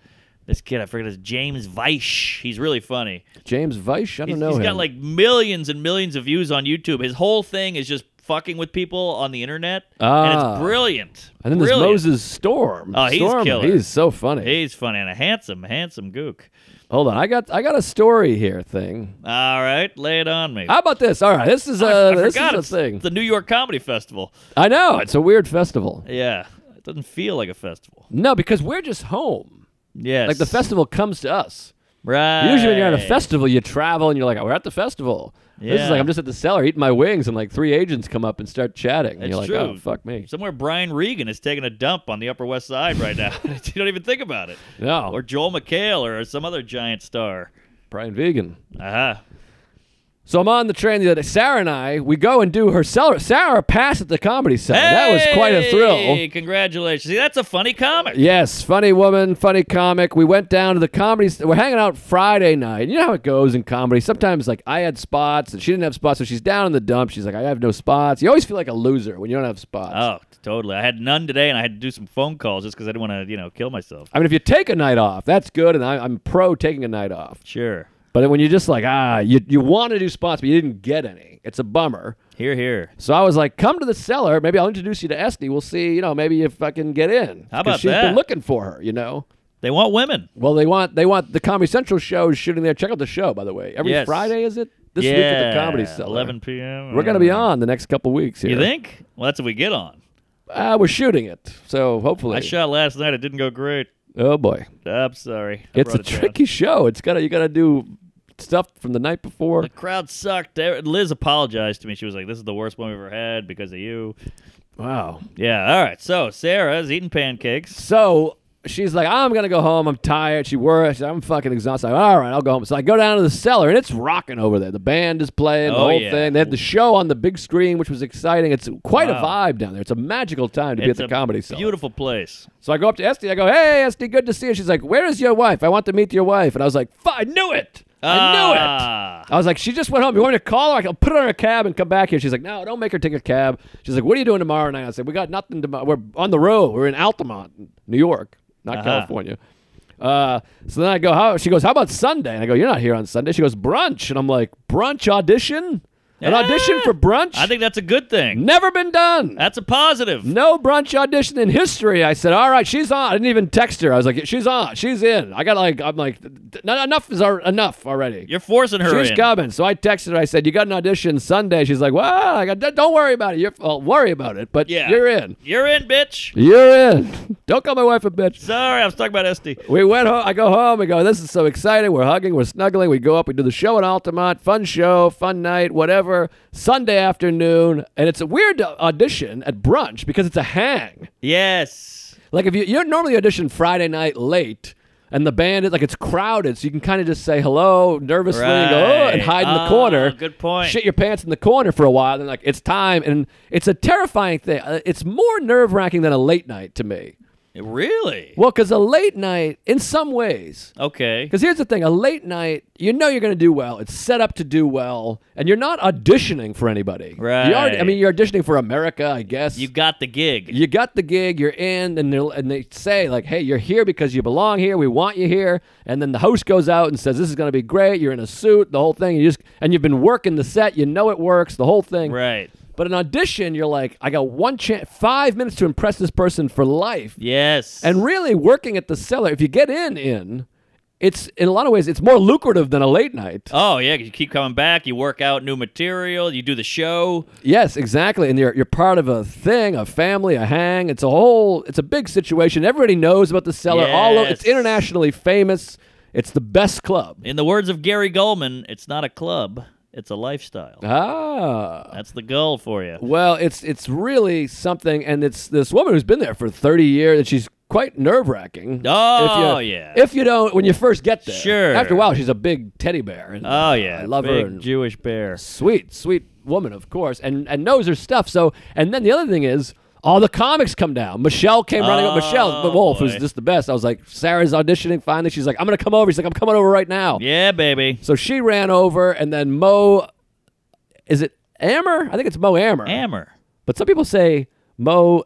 [SPEAKER 2] this kid. I forget his James Weish. He's really funny.
[SPEAKER 4] James Weiss. I don't
[SPEAKER 2] He's,
[SPEAKER 4] know
[SPEAKER 2] he's
[SPEAKER 4] him.
[SPEAKER 2] got like millions and millions of views on YouTube. His whole thing is just fucking with people on the internet, and
[SPEAKER 4] Ah.
[SPEAKER 2] it's brilliant.
[SPEAKER 4] and then
[SPEAKER 2] brilliant.
[SPEAKER 4] there's Moses Storm.
[SPEAKER 2] Oh, he's
[SPEAKER 4] Storm,
[SPEAKER 2] killer.
[SPEAKER 4] He's so funny.
[SPEAKER 2] He's funny and a handsome, handsome gook.
[SPEAKER 4] Hold on, I got I got a story here thing.
[SPEAKER 2] All right, lay it on me.
[SPEAKER 4] How about this? All right, this is a
[SPEAKER 2] I
[SPEAKER 4] Ah, this
[SPEAKER 2] forgot
[SPEAKER 4] is
[SPEAKER 2] it's
[SPEAKER 4] a thing.
[SPEAKER 2] the New York Comedy Festival.
[SPEAKER 4] I know it's a weird festival.
[SPEAKER 2] Yeah, it doesn't feel like a festival.
[SPEAKER 4] No, because we're just home.
[SPEAKER 2] Yes,
[SPEAKER 4] Like the festival comes to us.
[SPEAKER 2] Right.
[SPEAKER 4] Usually, when you're at a festival, you travel and you're like, "We're at the festival." This
[SPEAKER 2] Yeah.
[SPEAKER 4] is like I'm just at the cellar eating my wings, and like three agents come up and start chatting. And
[SPEAKER 2] It's
[SPEAKER 4] you're like,
[SPEAKER 2] true.
[SPEAKER 4] "Oh, fuck me."
[SPEAKER 2] Somewhere Brian Regan is taking a dump on the Upper West Side right now. you don't even think about it.
[SPEAKER 4] No,
[SPEAKER 2] Or Joel McHale or some other giant star.
[SPEAKER 4] Brian Vegan.
[SPEAKER 2] Uh-huh.
[SPEAKER 4] So I'm on the train the other day. Sarah and I, we go and do her cellar. Sarah passed at the comedy cellar. That was quite a
[SPEAKER 2] Hey,
[SPEAKER 4] thrill.
[SPEAKER 2] Congratulations. See, that's a funny comic.
[SPEAKER 4] Yes, funny woman, funny comic. We went down to the comedy. St- we're hanging out Friday night. You know how it goes in comedy. Sometimes, like, I had spots and she didn't have spots, so she's down in the dump. She's like, I have no spots. You always feel like a loser when you don't have spots.
[SPEAKER 2] Oh, totally. I had none today and I had to do some phone calls just because I didn't want to, you know, kill myself.
[SPEAKER 4] I mean, if you take a night off, that's good, and I, I'm pro taking a night off.
[SPEAKER 2] Sure.
[SPEAKER 4] But when you're just like, ah, you, you want to do spots, but you didn't get any, it's a bummer.
[SPEAKER 2] Here, here.
[SPEAKER 4] So I was like, come to the cellar. Maybe I'll introduce you to Esty. We'll see, you know, maybe if I can get in.
[SPEAKER 2] How
[SPEAKER 4] 'Cause
[SPEAKER 2] about
[SPEAKER 4] she's
[SPEAKER 2] that?
[SPEAKER 4] been looking for her, you know.
[SPEAKER 2] They want women.
[SPEAKER 4] Well, they want they want the Comedy Central show is shooting there. Check out the show, by the way. Every
[SPEAKER 2] Yes.
[SPEAKER 4] Friday is it? This
[SPEAKER 2] yeah.
[SPEAKER 4] week at the Comedy Cellar.
[SPEAKER 2] 11 p.m.
[SPEAKER 4] We're gonna be on the next couple weeks here.
[SPEAKER 2] uh, You think? Well, that's what we get on.
[SPEAKER 4] Uh, we're shooting it, so hopefully.
[SPEAKER 2] I shot last night. It didn't go great.
[SPEAKER 4] oh boy,
[SPEAKER 2] I'm sorry. I
[SPEAKER 4] it's a
[SPEAKER 2] brought it down.
[SPEAKER 4] tricky show. It's gotta you gotta do stuff from the night before.
[SPEAKER 2] The crowd sucked. They- Liz apologized to me. She was like, "This is the worst one we've ever had because of you."
[SPEAKER 4] Wow.
[SPEAKER 2] Yeah. All right. So Sarah's eating pancakes.
[SPEAKER 4] So she's like, I'm gonna go home. I'm tired. She works. I'm fucking exhausted. I'm like, all right, I'll go home. So I go down to the cellar, and it's rocking over there. The band is playing the
[SPEAKER 2] Oh,
[SPEAKER 4] whole
[SPEAKER 2] yeah.
[SPEAKER 4] thing. They had the show on the big screen, which was exciting. It's quite
[SPEAKER 2] Wow.
[SPEAKER 4] a vibe down there. It's a magical time to
[SPEAKER 2] It's
[SPEAKER 4] be at
[SPEAKER 2] a
[SPEAKER 4] the comedy cellar.
[SPEAKER 2] beautiful place.
[SPEAKER 4] So I go up to Esty. I go, Hey, Esty, good to see you. She's like, Where is your wife? I want to meet your wife. And I was like, "Fu- I knew it. I knew it.
[SPEAKER 2] Ah.
[SPEAKER 4] I was like, she just went home. You want me to call her? I'll put her in a cab and come back here. She's like, no, don't make her take a cab. She's like, what are you doing tomorrow night? I said, we got nothing tomorrow. We're on the road. We're in Altamont, New York, not
[SPEAKER 2] Uh-huh.
[SPEAKER 4] California. Uh, so then I go, how? She goes, how about Sunday? And I go, you're not here on Sunday. She goes, brunch. And I'm like, brunch audition? An audition for brunch?
[SPEAKER 2] I think that's a good thing.
[SPEAKER 4] Never been done.
[SPEAKER 2] That's a positive.
[SPEAKER 4] No brunch audition in history. I said, all right, she's on. I didn't even text her. I was like, she's on. She's in. I got like, I'm like, "No, enough is our, enough already.
[SPEAKER 2] You're forcing her
[SPEAKER 4] She's
[SPEAKER 2] in.
[SPEAKER 4] coming. So I texted her. I said, "You got an audition Sunday." She's like, "Well, I got, don't worry about it. You're, well, worry about it, but
[SPEAKER 2] Yeah.
[SPEAKER 4] you're in.
[SPEAKER 2] You're in, bitch.
[SPEAKER 4] You're in. don't call my wife a bitch."
[SPEAKER 2] Sorry, I was talking about Esty.
[SPEAKER 4] We went home. I go home. We go. This is so exciting. We're hugging. We're snuggling. We go up. We do the show in Altamont. Fun show. Fun night. Whatever. Sunday afternoon, and it's a weird audition at brunch because it's a hang.
[SPEAKER 2] Yes.
[SPEAKER 4] Like if you you normally audition Friday night late. And the band is like it's crowded, so you can kind of just say hello nervously and go oh, and
[SPEAKER 2] Right.
[SPEAKER 4] hide in the
[SPEAKER 2] Ah,
[SPEAKER 4] corner.
[SPEAKER 2] good point.
[SPEAKER 4] Shit your pants in the corner for a while, and like it's time, and it's a terrifying thing. Uh, It's more nerve wracking than a late night to me.
[SPEAKER 2] Really?
[SPEAKER 4] Well, because a late night, in some ways,
[SPEAKER 2] Okay.
[SPEAKER 4] because here's the thing: a late night, you know you're going to do well. It's set up to do well, and you're not auditioning for anybody. You already, I
[SPEAKER 2] Right.
[SPEAKER 4] mean, you're auditioning for America, I guess
[SPEAKER 2] You got the gig.
[SPEAKER 4] you got the gig, you're in, and they and they say like, "Hey, you're here because you belong here. We want you here." And then the host goes out and says, "This is going to be great. You're in a suit, the whole thing. You just and you've been working the set. You know it works, the whole thing."
[SPEAKER 2] Right.
[SPEAKER 4] But an audition, you're like, "I got one chance, five minutes to impress this person for life."
[SPEAKER 2] Yes.
[SPEAKER 4] And really, working at the cellar, if you get in, in. it's in a lot of ways it's more lucrative than a late night.
[SPEAKER 2] Oh yeah, 'cause you keep coming back. You work out new material. You do the show.
[SPEAKER 4] Yes, exactly. And you're you're part of a thing, a family, a hang. It's a whole it's a big situation. Everybody knows about the cellar. All o- it's
[SPEAKER 2] Yes.
[SPEAKER 4] internationally famous. It's the best club.
[SPEAKER 2] In the words of Gary Goldman, it's not a club. It's a lifestyle.
[SPEAKER 4] Ah.
[SPEAKER 2] That's the goal for you.
[SPEAKER 4] Well, it's it's really something and it's this woman who's been there for 30 years and she's quite nerve-wracking.
[SPEAKER 2] Oh,
[SPEAKER 4] if you,
[SPEAKER 2] yeah.
[SPEAKER 4] If you don't when you first get there.
[SPEAKER 2] Sure.
[SPEAKER 4] After a while she's a big teddy bear and uh,
[SPEAKER 2] Oh yeah,
[SPEAKER 4] I love
[SPEAKER 2] big
[SPEAKER 4] her. and-
[SPEAKER 2] Jewish bear.
[SPEAKER 4] sweet, sweet woman, of course, and and knows her stuff. So, and then the other thing is. All the comics come down. Michelle came running up. Michelle, the
[SPEAKER 2] Oh,
[SPEAKER 4] Wolf, who's
[SPEAKER 2] boy.
[SPEAKER 4] just the best. I was like, Sarah's auditioning finally. She's like, I'm going to come over. She's like, I'm coming over right now.
[SPEAKER 2] Yeah, baby.
[SPEAKER 4] So she ran over, and then Mo, is it Ammer? I think it's Mo Ammer.
[SPEAKER 2] Ammer.
[SPEAKER 4] But some people say Mo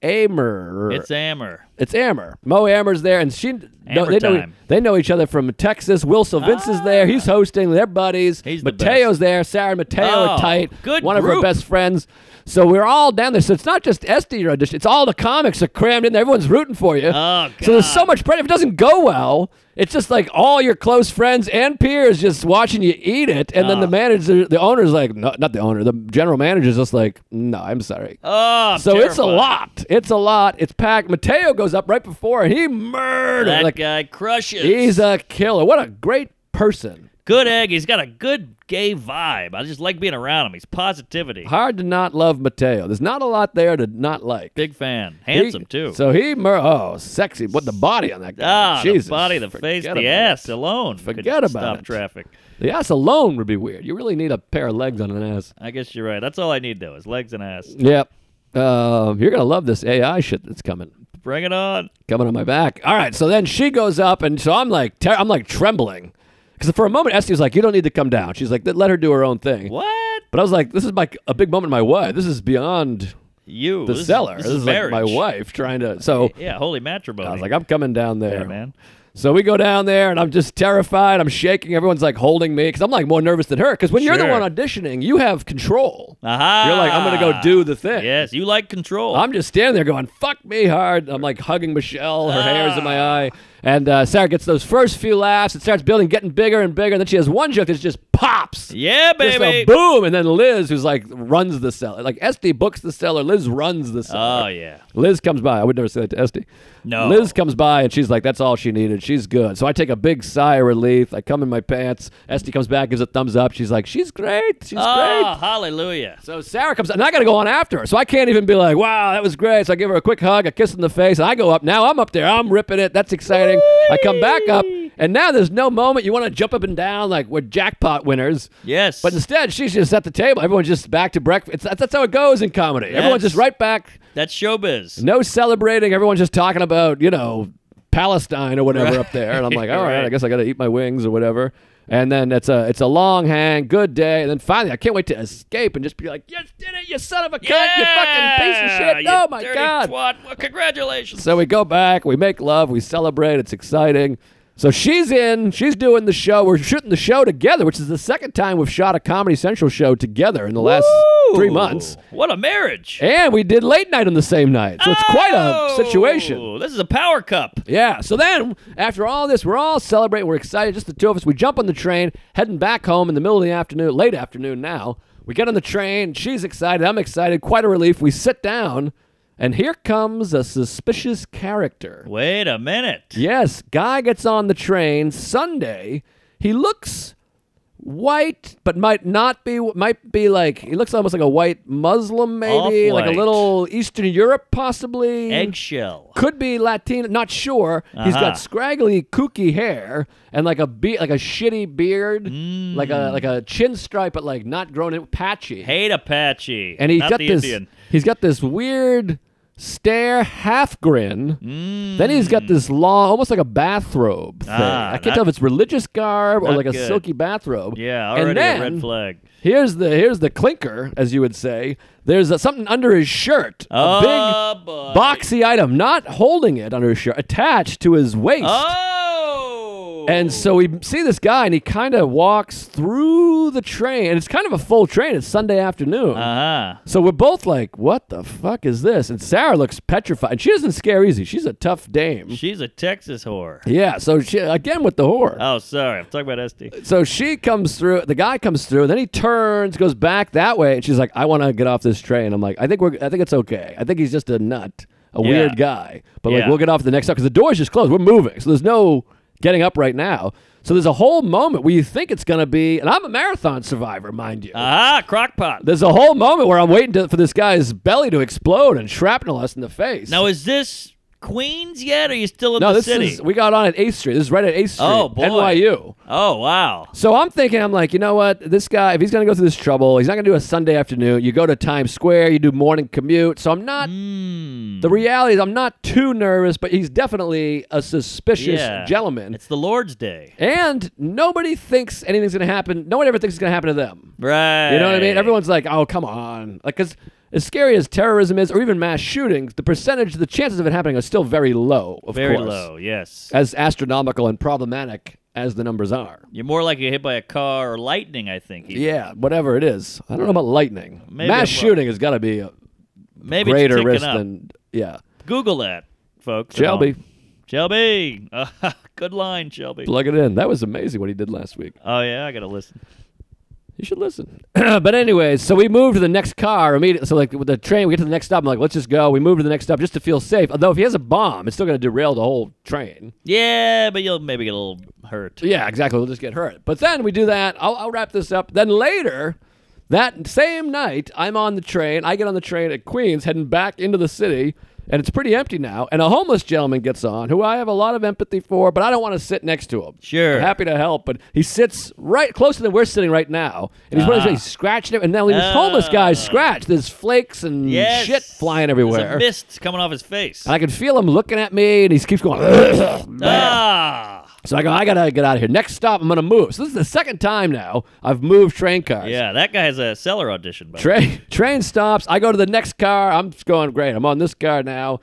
[SPEAKER 4] Ammer.
[SPEAKER 2] It's Ammer.
[SPEAKER 4] It's Ammer. Mo Ammer's there, and she. no, they, know, e-,
[SPEAKER 2] time. Ah.
[SPEAKER 4] they know each other from Texas. Will Silvince is there. He's hosting. They're buddies.
[SPEAKER 2] He's the
[SPEAKER 4] Mateo's there. Sarah and Mateo
[SPEAKER 2] Oh,
[SPEAKER 4] are tight.
[SPEAKER 2] good
[SPEAKER 4] One of her
[SPEAKER 2] group.
[SPEAKER 4] best friends. So we're all down there. So it's not just Esty you're auditioning. It's all the comics are crammed in there. Everyone's rooting for you.
[SPEAKER 2] Oh,
[SPEAKER 4] So there's so
[SPEAKER 2] God.
[SPEAKER 4] much pressure. If it doesn't go well, it's just like all your close friends and peers just watching you eat it. And
[SPEAKER 2] Ah.
[SPEAKER 4] then the manager, the owner's like, no, not the owner, the general manager's just like, no, I'm sorry.
[SPEAKER 2] Oh, I'm
[SPEAKER 4] So it's a
[SPEAKER 2] terrified.
[SPEAKER 4] lot. It's a lot. It's packed. Mateo goes up right before and he murders.
[SPEAKER 2] That
[SPEAKER 4] like
[SPEAKER 2] guy crushes.
[SPEAKER 4] he's a killer. What a great person.
[SPEAKER 2] good egg. He's got a good gay vibe. I just like being around him. He's positivity.
[SPEAKER 4] Hard to not love Mateo. There's not a lot there to not like.
[SPEAKER 2] Big fan.
[SPEAKER 4] He-
[SPEAKER 2] Handsome too.
[SPEAKER 4] So he mur- oh sexy. What the body on that guy?
[SPEAKER 2] ah,
[SPEAKER 4] Jesus.
[SPEAKER 2] the body, the face,
[SPEAKER 4] Forget
[SPEAKER 2] the
[SPEAKER 4] about
[SPEAKER 2] ass
[SPEAKER 4] it.
[SPEAKER 2] alone. could
[SPEAKER 4] Forget about
[SPEAKER 2] stop
[SPEAKER 4] it.
[SPEAKER 2] traffic.
[SPEAKER 4] The ass alone would be weird. You really need a pair of legs on an ass.
[SPEAKER 2] I guess you're right. That's all I need though is legs and ass.
[SPEAKER 4] Yep. Um, you're gonna love this AI shit that's coming.
[SPEAKER 2] Bring it on.
[SPEAKER 4] coming on my back. All right, so then she goes up, and so I'm like, ter- I'm like trembling, because for a moment Esty was like, "You don't need to come down." She's like, "Let her do her own thing."
[SPEAKER 2] What?
[SPEAKER 4] But I was like, "This is my a big moment in my wife. This is beyond
[SPEAKER 2] You
[SPEAKER 4] the
[SPEAKER 2] this is-
[SPEAKER 4] seller.
[SPEAKER 2] This,
[SPEAKER 4] this is like my
[SPEAKER 2] marriage.
[SPEAKER 4] wife trying to." So
[SPEAKER 2] Yeah, holy matrimony.
[SPEAKER 4] I was like, "I'm coming down there,
[SPEAKER 2] yeah, man.
[SPEAKER 4] So we go down there, and I'm just terrified. I'm shaking. Everyone's like holding me because I'm like more nervous than her. Because when you're the
[SPEAKER 2] Sure.
[SPEAKER 4] one auditioning, you have control.
[SPEAKER 2] Aha.
[SPEAKER 4] You're like, "I'm gonna go do the thing."
[SPEAKER 2] Yes, you like control.
[SPEAKER 4] I'm just standing there going, fuck me hard. I'm like hugging Michelle. Her hair's in my
[SPEAKER 2] Ah.
[SPEAKER 4] eye. And uh, Sarah gets those first few laughs. It starts building, getting bigger and bigger. Then she has one joke that just pops.
[SPEAKER 2] yeah,
[SPEAKER 4] Just
[SPEAKER 2] baby.
[SPEAKER 4] a boom. And then Liz, who's like, runs the cellar. Like, Esty books the cellar. Liz runs the cellar.
[SPEAKER 2] Oh yeah.
[SPEAKER 4] Liz comes by. I would never say that to Esty.
[SPEAKER 2] No.
[SPEAKER 4] Liz comes by and she's like, that's all she needed. She's good. So I take a big sigh of relief. I come in my pants. Esty comes back, gives a thumbs up. She's like, she's great. She's great.
[SPEAKER 2] Oh, hallelujah.
[SPEAKER 4] So Sarah comes, and I got to go on after her. So I can't even be like, "Wow, that was great." So I give her a quick hug, a kiss in the face, and I go up. Now I'm up there. I'm ripping it. That's exciting. I come back up, and now there's no moment you want to jump up and down like we're jackpot winners.
[SPEAKER 2] Yes.
[SPEAKER 4] But instead, she's just at the table. Everyone's just back to breakfast. It's, that's, that's how it goes in comedy. Everyone's
[SPEAKER 2] That's-
[SPEAKER 4] just right back.
[SPEAKER 2] That's showbiz.
[SPEAKER 4] No celebrating. Everyone's just talking about you know Palestine or whatever up there. And I'm like, all right,
[SPEAKER 2] Right.
[SPEAKER 4] I guess I got to eat my wings or whatever. And then it's a it's a long hang, good day. And then finally, I can't wait to escape and just be like, you did it, you son of a cunt, you fucking piece of shit.
[SPEAKER 2] Yeah,
[SPEAKER 4] oh
[SPEAKER 2] you
[SPEAKER 4] my
[SPEAKER 2] dirty
[SPEAKER 4] god.
[SPEAKER 2] twat. Well, congratulations.
[SPEAKER 4] So we go back, we make love, we celebrate. It's exciting. So she's in, she's doing the show. We're shooting the show together, which is the second time we've shot a Comedy Central show together in the last three
[SPEAKER 2] Ooh,
[SPEAKER 4] months.
[SPEAKER 2] What a marriage.
[SPEAKER 4] And we did late night on the same night. So it's quite a situation.
[SPEAKER 2] Oh, This is a power cup.
[SPEAKER 4] Yeah. So then, after all this, we're all celebrating. We're excited. Just the two of us. We jump on the train, heading back home in the middle of the afternoon, late afternoon now. We get on the train. She's excited. I'm excited. Quite a relief. We sit down, and here comes a suspicious character.
[SPEAKER 2] Wait a minute.
[SPEAKER 4] Yes, guy gets on the train Sunday. He looks white, but might not be. Might be like he looks almost like a white Muslim, maybe like
[SPEAKER 2] Off-white.
[SPEAKER 4] a little Eastern Europe, possibly
[SPEAKER 2] Eggshell.
[SPEAKER 4] could be Latina, not sure. He's
[SPEAKER 2] Uh-huh.
[SPEAKER 4] got scraggly, kooky hair and like a be- like a shitty beard, like
[SPEAKER 2] Mm.
[SPEAKER 4] a like a chin stripe, but like not grown in patchy.
[SPEAKER 2] Hate Apache.
[SPEAKER 4] and he's
[SPEAKER 2] Not
[SPEAKER 4] got
[SPEAKER 2] the
[SPEAKER 4] this.
[SPEAKER 2] Indian.
[SPEAKER 4] He's got this weird stare, half grin. Then he's got this long, almost like a bathrobe thing.
[SPEAKER 2] Mm. Ah,
[SPEAKER 4] I can't
[SPEAKER 2] not-
[SPEAKER 4] tell if it's religious garb or
[SPEAKER 2] not
[SPEAKER 4] like a
[SPEAKER 2] good.
[SPEAKER 4] silky bathrobe.
[SPEAKER 2] Yeah,
[SPEAKER 4] And
[SPEAKER 2] already
[SPEAKER 4] then,
[SPEAKER 2] a red flag.
[SPEAKER 4] Here's the here's the clinker, as you would say. There's a, something under his shirt. a big
[SPEAKER 2] Oh, boy.
[SPEAKER 4] boxy item, not holding it under his shirt, attached to his waist.
[SPEAKER 2] Oh.
[SPEAKER 4] And so we see this guy, and he kind of walks through the train, and it's kind of a full train. It's Sunday afternoon.
[SPEAKER 2] Uh huh.
[SPEAKER 4] So we're both like, what the fuck is this? And Sarah looks petrified. And she doesn't scare easy. She's a tough dame.
[SPEAKER 2] She's a Texas whore.
[SPEAKER 4] Yeah, so she again with the horror.
[SPEAKER 2] Oh, sorry. I'm talking about SD.
[SPEAKER 4] so she comes through, the guy comes through, then he turns, goes back that way, and she's like, I want to get off this train. I'm like, I think we're I think it's okay. I think he's just a nut, a
[SPEAKER 2] Yeah.
[SPEAKER 4] weird guy. But like
[SPEAKER 2] Yeah.
[SPEAKER 4] we'll get off the next stop because the door's just closed. We're moving. So there's no getting up right now. So there's a whole moment where you think it's gonna be and I'm a marathon survivor, mind you.
[SPEAKER 2] Ah, crockpot.
[SPEAKER 4] There's a whole moment where I'm waiting to, for this guy's belly to explode and shrapnel us in the face.
[SPEAKER 2] Now, is this Queens yet? Or are you still in
[SPEAKER 4] no,
[SPEAKER 2] the
[SPEAKER 4] this
[SPEAKER 2] city?
[SPEAKER 4] is we got on at 8th Street. This is right at 8th Street,
[SPEAKER 2] Oh, boy.
[SPEAKER 4] NYU.
[SPEAKER 2] oh, wow.
[SPEAKER 4] So I'm thinking, I'm like, you know what? This guy, if he's gonna go through this trouble, he's not gonna do a Sunday afternoon. You go to Times Square, you do morning commute. So I'm not.
[SPEAKER 2] Mm. Hmm.
[SPEAKER 4] The reality is, I'm not too nervous, but he's definitely a suspicious
[SPEAKER 2] Yeah.
[SPEAKER 4] gentleman.
[SPEAKER 2] It's the Lord's Day.
[SPEAKER 4] and nobody thinks anything's gonna happen. No one ever thinks it's gonna happen to them.
[SPEAKER 2] Right.
[SPEAKER 4] You know what I mean? Everyone's like, oh, come on. Like, because as scary as terrorism is, or even mass shootings, the percentage, the chances of it happening are still very low, of
[SPEAKER 2] Very
[SPEAKER 4] course.
[SPEAKER 2] low, yes.
[SPEAKER 4] As astronomical and problematic as the numbers are.
[SPEAKER 2] You're more likely to get hit by a car or lightning, I think. even.
[SPEAKER 4] Yeah, whatever it is. I don't know about lightning.
[SPEAKER 2] Maybe
[SPEAKER 4] mass
[SPEAKER 2] I'm
[SPEAKER 4] shooting has got to be a
[SPEAKER 2] Maybe it's
[SPEAKER 4] greater
[SPEAKER 2] ticking
[SPEAKER 4] risk
[SPEAKER 2] up.
[SPEAKER 4] than. Yeah.
[SPEAKER 2] Google that, folks. at
[SPEAKER 4] Shelby,
[SPEAKER 2] home. Shelby. Uh, good line, Shelby.
[SPEAKER 4] plug it in. That was amazing what he did last week.
[SPEAKER 2] Oh, yeah, I got to listen.
[SPEAKER 4] You should listen. but anyways, so we moved to the next car immediately. So like with the train, we get to the next stop. I'm like, let's just go. We move to the next stop just to feel safe. Although if he has a bomb, it's still going to derail the whole train.
[SPEAKER 2] Yeah, but you'll maybe get a little hurt.
[SPEAKER 4] Yeah, exactly. We'll just get hurt. But then we do that. I'll, I'll wrap this up. Then later, that same night, I'm on the train. I get on the train at Queens, heading back into the city, and it's pretty empty now. And a homeless gentleman gets on, who I have a lot of empathy for, but I don't want to sit next to him.
[SPEAKER 2] Sure.
[SPEAKER 4] I'm happy to help, but he sits right closer than we're sitting right now, and he's, one
[SPEAKER 2] Uh-huh.
[SPEAKER 4] of these- he's scratching it. And now this homeless guy
[SPEAKER 2] Ah.
[SPEAKER 4] scratched. There's flakes and
[SPEAKER 2] Yes.
[SPEAKER 4] shit flying
[SPEAKER 2] There's a
[SPEAKER 4] everywhere.
[SPEAKER 2] mist coming off his face.
[SPEAKER 4] And I can feel him looking at me, and he keeps going.
[SPEAKER 2] ah.
[SPEAKER 4] So I go, I gotta get out of here. Next stop, I'm gonna move. So this is the second time now I've moved train cars.
[SPEAKER 2] Yeah, that guy has a seller audition. By the way.
[SPEAKER 4] Train train stops. I go to the next car. I'm just going great. I'm on this car now.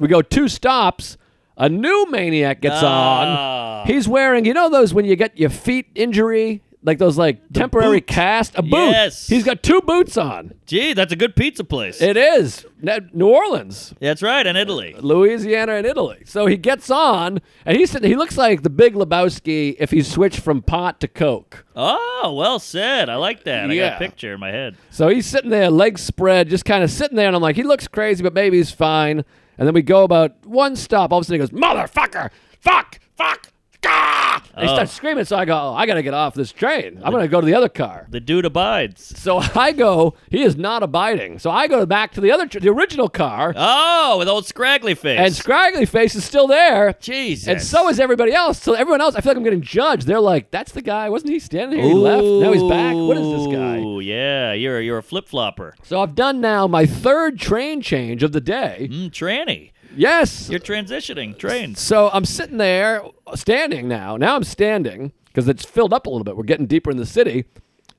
[SPEAKER 4] We go two stops. A new maniac gets
[SPEAKER 2] Ah.
[SPEAKER 4] on. He's wearing, you know, those when you get your feet injury, like those like temporary cast, a boot.
[SPEAKER 2] Yes.
[SPEAKER 4] He's got two boots on.
[SPEAKER 2] Gee, that's a good pizza place.
[SPEAKER 4] It is Ne- New Orleans.
[SPEAKER 2] that's right, in Italy.
[SPEAKER 4] Louisiana and Italy. So he gets on, and he's sitting, he looks like the Big Lebowski if he switched from pot to coke.
[SPEAKER 2] Oh, well said. I like that. I got
[SPEAKER 4] Yeah.
[SPEAKER 2] a picture in my head.
[SPEAKER 4] So he's sitting there, legs spread, just kind of sitting there, and I'm like, he looks crazy, but maybe he's fine. And then we go about one stop. All of a sudden, he goes, "Motherfucker! Fuck! Fuck!" Gah! And he
[SPEAKER 2] Oh.
[SPEAKER 4] starts screaming. So I go, oh, "I gotta get off this train. I'm gonna go to the other car."
[SPEAKER 2] The dude abides.
[SPEAKER 4] So I go. He is not abiding. So I go back to the other, tr- the original car,
[SPEAKER 2] Oh, with old scraggly face.
[SPEAKER 4] and Scraggly Face is still there.
[SPEAKER 2] Jesus.
[SPEAKER 4] And so is everybody else. So everyone else, I feel like I'm getting judged. They're like, "That's the guy. Wasn't he standing here? He left. Now he's back. What is this guy?"
[SPEAKER 2] Ooh, yeah, you're you're a flip flopper.
[SPEAKER 4] So I've done now my third train change of the day.
[SPEAKER 2] Mm, tranny.
[SPEAKER 4] Yes.
[SPEAKER 2] You're transitioning trains.
[SPEAKER 4] So I'm sitting there, standing now. Now I'm standing because it's filled up a little bit. We're getting deeper in the city.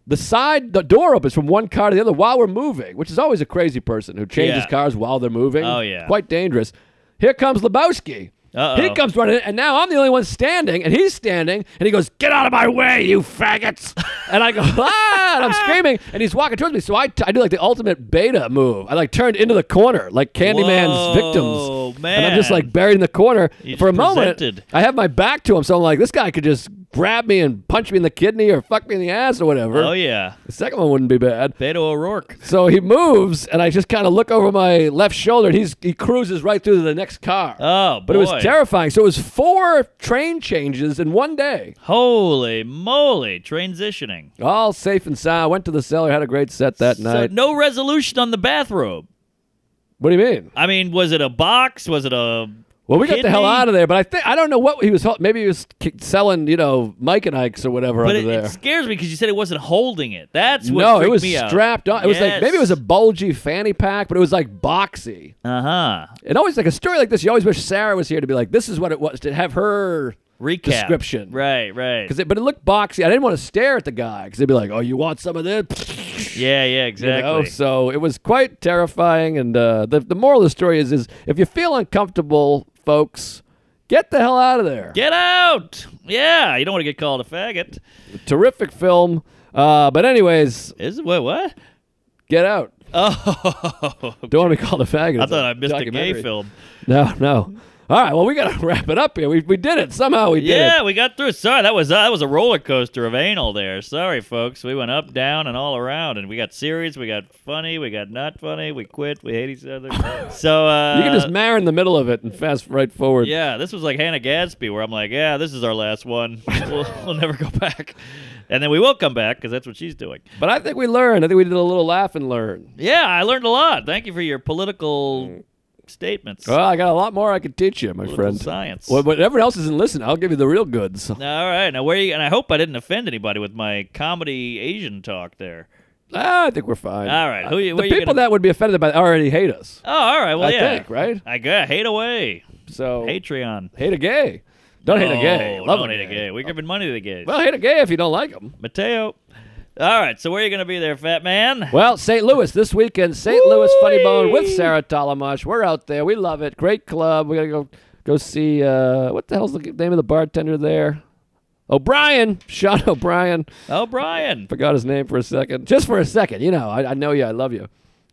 [SPEAKER 4] The side, the door opens from one car to the other while we're moving, which is always a crazy person who changes
[SPEAKER 2] Yeah.
[SPEAKER 4] cars while they're moving.
[SPEAKER 2] Oh, yeah.
[SPEAKER 4] quite dangerous. Here comes Lebowski.
[SPEAKER 2] Uh-oh.
[SPEAKER 4] He comes running, in, and now I'm the only one standing, and he's standing, and he goes, "Get out of my way, you faggots!" and I go, "Ah!" and I'm screaming, and he's walking towards me. So I, t- I do like the ultimate beta move. I like turned into the corner, like Candyman's
[SPEAKER 2] Whoa,
[SPEAKER 4] victims, and I'm just
[SPEAKER 2] man.
[SPEAKER 4] like buried in the corner
[SPEAKER 2] You
[SPEAKER 4] for a
[SPEAKER 2] just
[SPEAKER 4] moment.
[SPEAKER 2] presented.
[SPEAKER 4] I have my back to him, so I'm like, this guy could just grab me and punch me in the kidney or fuck me in the ass or whatever.
[SPEAKER 2] Oh yeah,
[SPEAKER 4] The second one wouldn't be bad.
[SPEAKER 2] Beto O'Rourke.
[SPEAKER 4] So he moves, and I just kind of look over my left shoulder, and he's he cruises right through to the next car.
[SPEAKER 2] Oh,
[SPEAKER 4] but it was
[SPEAKER 2] boy.
[SPEAKER 4] terrifying. So it was four train changes in one day,
[SPEAKER 2] Holy moly, transitioning.
[SPEAKER 4] all safe and sound. Went to the cellar, had a great set that
[SPEAKER 2] So
[SPEAKER 4] night.
[SPEAKER 2] no resolution on the bathrobe.
[SPEAKER 4] What do you mean?
[SPEAKER 2] I mean, was it a box? Was it a
[SPEAKER 4] Well, we got the hell
[SPEAKER 2] kidney?
[SPEAKER 4] out of there, but I think I don't know what he was. hel- Maybe he was k- selling, you know, Mike and Ike's or whatever
[SPEAKER 2] But
[SPEAKER 4] under
[SPEAKER 2] it,
[SPEAKER 4] there.
[SPEAKER 2] it scares me because you said it wasn't holding it. That's what
[SPEAKER 4] no, it
[SPEAKER 2] freaked
[SPEAKER 4] was
[SPEAKER 2] me out.
[SPEAKER 4] strapped on. It was like maybe it was a
[SPEAKER 2] Yes.
[SPEAKER 4] bulgy fanny pack, but it was like boxy.
[SPEAKER 2] Uh huh.
[SPEAKER 4] And always like a story like this, you always wish Sarah was here to be like, "This is what it was." To have her
[SPEAKER 2] Recap
[SPEAKER 4] description,
[SPEAKER 2] Right, right.
[SPEAKER 4] 'Cause it, but it looked boxy. I didn't want to stare at the guy because they'd be like, "Oh, you want some of this?"
[SPEAKER 2] yeah, yeah,
[SPEAKER 4] You
[SPEAKER 2] exactly.
[SPEAKER 4] know? So it was quite terrifying. And uh, the the moral of the story is is if you feel uncomfortable, folks, Get the hell out of there.
[SPEAKER 2] Get out! Yeah, you don't want to get called a faggot.
[SPEAKER 4] Terrific film. Uh, but anyways,
[SPEAKER 2] Is it what? What?
[SPEAKER 4] get out.
[SPEAKER 2] Oh,
[SPEAKER 4] Don't want to be called a faggot.
[SPEAKER 2] I
[SPEAKER 4] It's a
[SPEAKER 2] thought I missed a gay
[SPEAKER 4] documentary.
[SPEAKER 2] film.
[SPEAKER 4] No, no. All right, well, we got to wrap it up here. We, we did it. Somehow we did
[SPEAKER 2] Yeah,
[SPEAKER 4] it.
[SPEAKER 2] we got through. Sorry, that was uh, that was a roller coaster of anal there. Sorry, folks. We went up, down, and all around, and we got serious, we got funny, we got not funny, we quit, we hate each other. so uh,
[SPEAKER 4] You can just mare in the middle of it and fast right forward.
[SPEAKER 2] yeah, this was like Hannah Gadsby, where I'm like, yeah, this is our last one. We'll, we'll never go back, and then we will come back because that's what she's doing.
[SPEAKER 4] But I think we learned. I think we did a little laugh and learn.
[SPEAKER 2] Yeah, I learned a lot. Thank you for your political statements.
[SPEAKER 4] Well, I got a lot more I could teach you, my
[SPEAKER 2] Political
[SPEAKER 4] friend.
[SPEAKER 2] science.
[SPEAKER 4] Well, but everyone else isn't listening. I'll give you the real goods.
[SPEAKER 2] All right, now where you? And I hope I didn't offend anybody with my comedy Asian talk there.
[SPEAKER 4] Ah, I think we're fine.
[SPEAKER 2] All right, who you-
[SPEAKER 4] the
[SPEAKER 2] where you
[SPEAKER 4] people
[SPEAKER 2] gonna-
[SPEAKER 4] that would be offended by already hate us.
[SPEAKER 2] Oh, all right. Well,
[SPEAKER 4] I
[SPEAKER 2] yeah.
[SPEAKER 4] think, right?
[SPEAKER 2] I got hate away.
[SPEAKER 4] So
[SPEAKER 2] Patreon.
[SPEAKER 4] hate a gay. Don't hate a gay.
[SPEAKER 2] Oh,
[SPEAKER 4] Love
[SPEAKER 2] don't hate a gay. We're giving money to the gays.
[SPEAKER 4] Well, hate a gay if you don't like them.
[SPEAKER 2] Mateo. All right. So where are you gonna be there, fat man?
[SPEAKER 4] Well, St. Louis this weekend. St. Louis Funny Bone with Sarah Talamash. We're out there. We love it. Great club. We gotta go go see. Uh, what the hell's the name of the bartender there? O'Brien, Sean O'Brien.
[SPEAKER 2] Oh, O'Brien.
[SPEAKER 4] Forgot his name for a second. Just for a second, you know. I, I know you. I love you.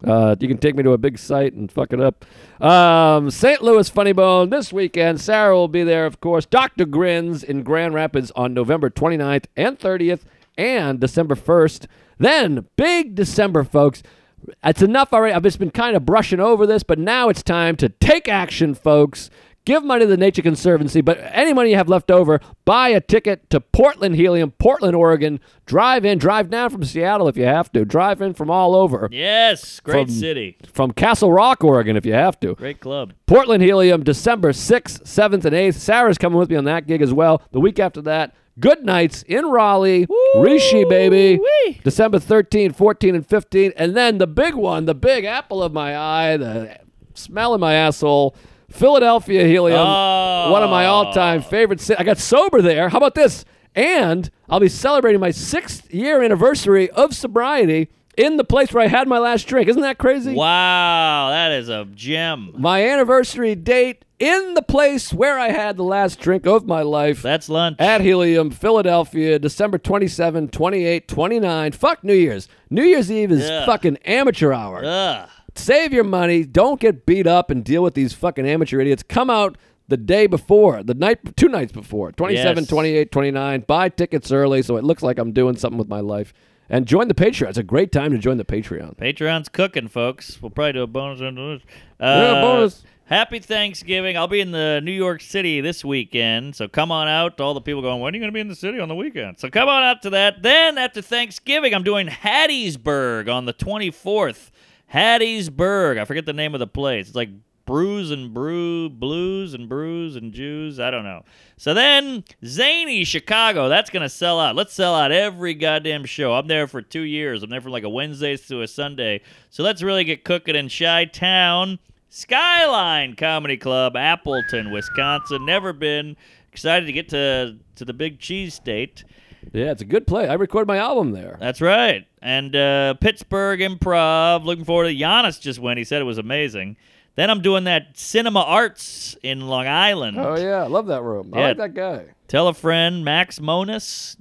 [SPEAKER 4] Uh, you can take me to a big site and fuck it up. Um, St. Louis Funny Bone this weekend. Sarah will be there, of course. Dr. Grins in Grand Rapids on November 29th and 30th and December 1st. Then, big December, folks. It's enough already. I've just been kind of brushing over this, but now it's time to take action, folks. Give money to the Nature Conservancy, but any money you have left over, buy a ticket to Portland Helium, Portland, Oregon. Drive in, drive down from Seattle if you have to. Drive in from all over,
[SPEAKER 2] Yes. Great
[SPEAKER 4] From-
[SPEAKER 2] city.
[SPEAKER 4] from Castle Rock, Oregon if you have to.
[SPEAKER 2] Great club.
[SPEAKER 4] Portland Helium, December 6th, 7th, and 8th. Sarah's coming with me on that gig as well. The week after that, Good Nights in Raleigh, Rishi, baby.
[SPEAKER 2] Woo-wee.
[SPEAKER 4] December 13th, 14th, and 15th. And then the big one, the big apple of my eye, the smell in my asshole, Philadelphia Helium.
[SPEAKER 2] Oh.
[SPEAKER 4] One of my all time favorite cities. I got sober there. How about this? And I'll be celebrating my sixth year anniversary of sobriety in the place where I had my last drink. Isn't that crazy?
[SPEAKER 2] Wow. That is a gem.
[SPEAKER 4] my anniversary date in the place where I had the last drink of my life
[SPEAKER 2] That's lunch.
[SPEAKER 4] at Helium, Philadelphia, December 27, 28, 29. Fuck New Year's. New Year's Eve is
[SPEAKER 2] Yeah.
[SPEAKER 4] fucking amateur hour.
[SPEAKER 2] Ugh.
[SPEAKER 4] Save your money. Don't get beat up and deal with these fucking amateur idiots. Come out the day before, the night, two nights before, 27,
[SPEAKER 2] Yes.
[SPEAKER 4] 28, 29. Buy tickets early so it looks like I'm doing something with my life. And join the Patreon. It's a great time to join the Patreon.
[SPEAKER 2] Patreon's cooking, folks. We'll probably do a bonus. Uh,
[SPEAKER 4] Yeah, bonus.
[SPEAKER 2] Happy Thanksgiving. I'll be in the New York City this weekend, so come on out. All the people going, when are you going to be in the city on the weekend? So come on out to that. Then after Thanksgiving, I'm doing Hattiesburg on the 24th. Hattiesburg. I forget the name of the place. It's like Brews and Brew, Blues and Brews and Jews. I don't know. So then Zany, Chicago. That's going to sell out. Let's sell out every goddamn show. I'm there for two years. I'm there from like a Wednesday to a Sunday. So let's really get cooking in Chi Town. Skyline Comedy Club, Appleton, Wisconsin. Never been. Excited to get to to the big cheese state.
[SPEAKER 4] Yeah, it's a good play. I recorded my album there.
[SPEAKER 2] That's right. And uh, Pittsburgh Improv. Looking forward to Giannis just went. He said it was amazing. Then I'm doing that Cinema Arts in Long Island.
[SPEAKER 4] Oh, yeah. I love that room. I
[SPEAKER 2] Yeah.
[SPEAKER 4] like that guy.
[SPEAKER 2] Tell a friend, Max Monas.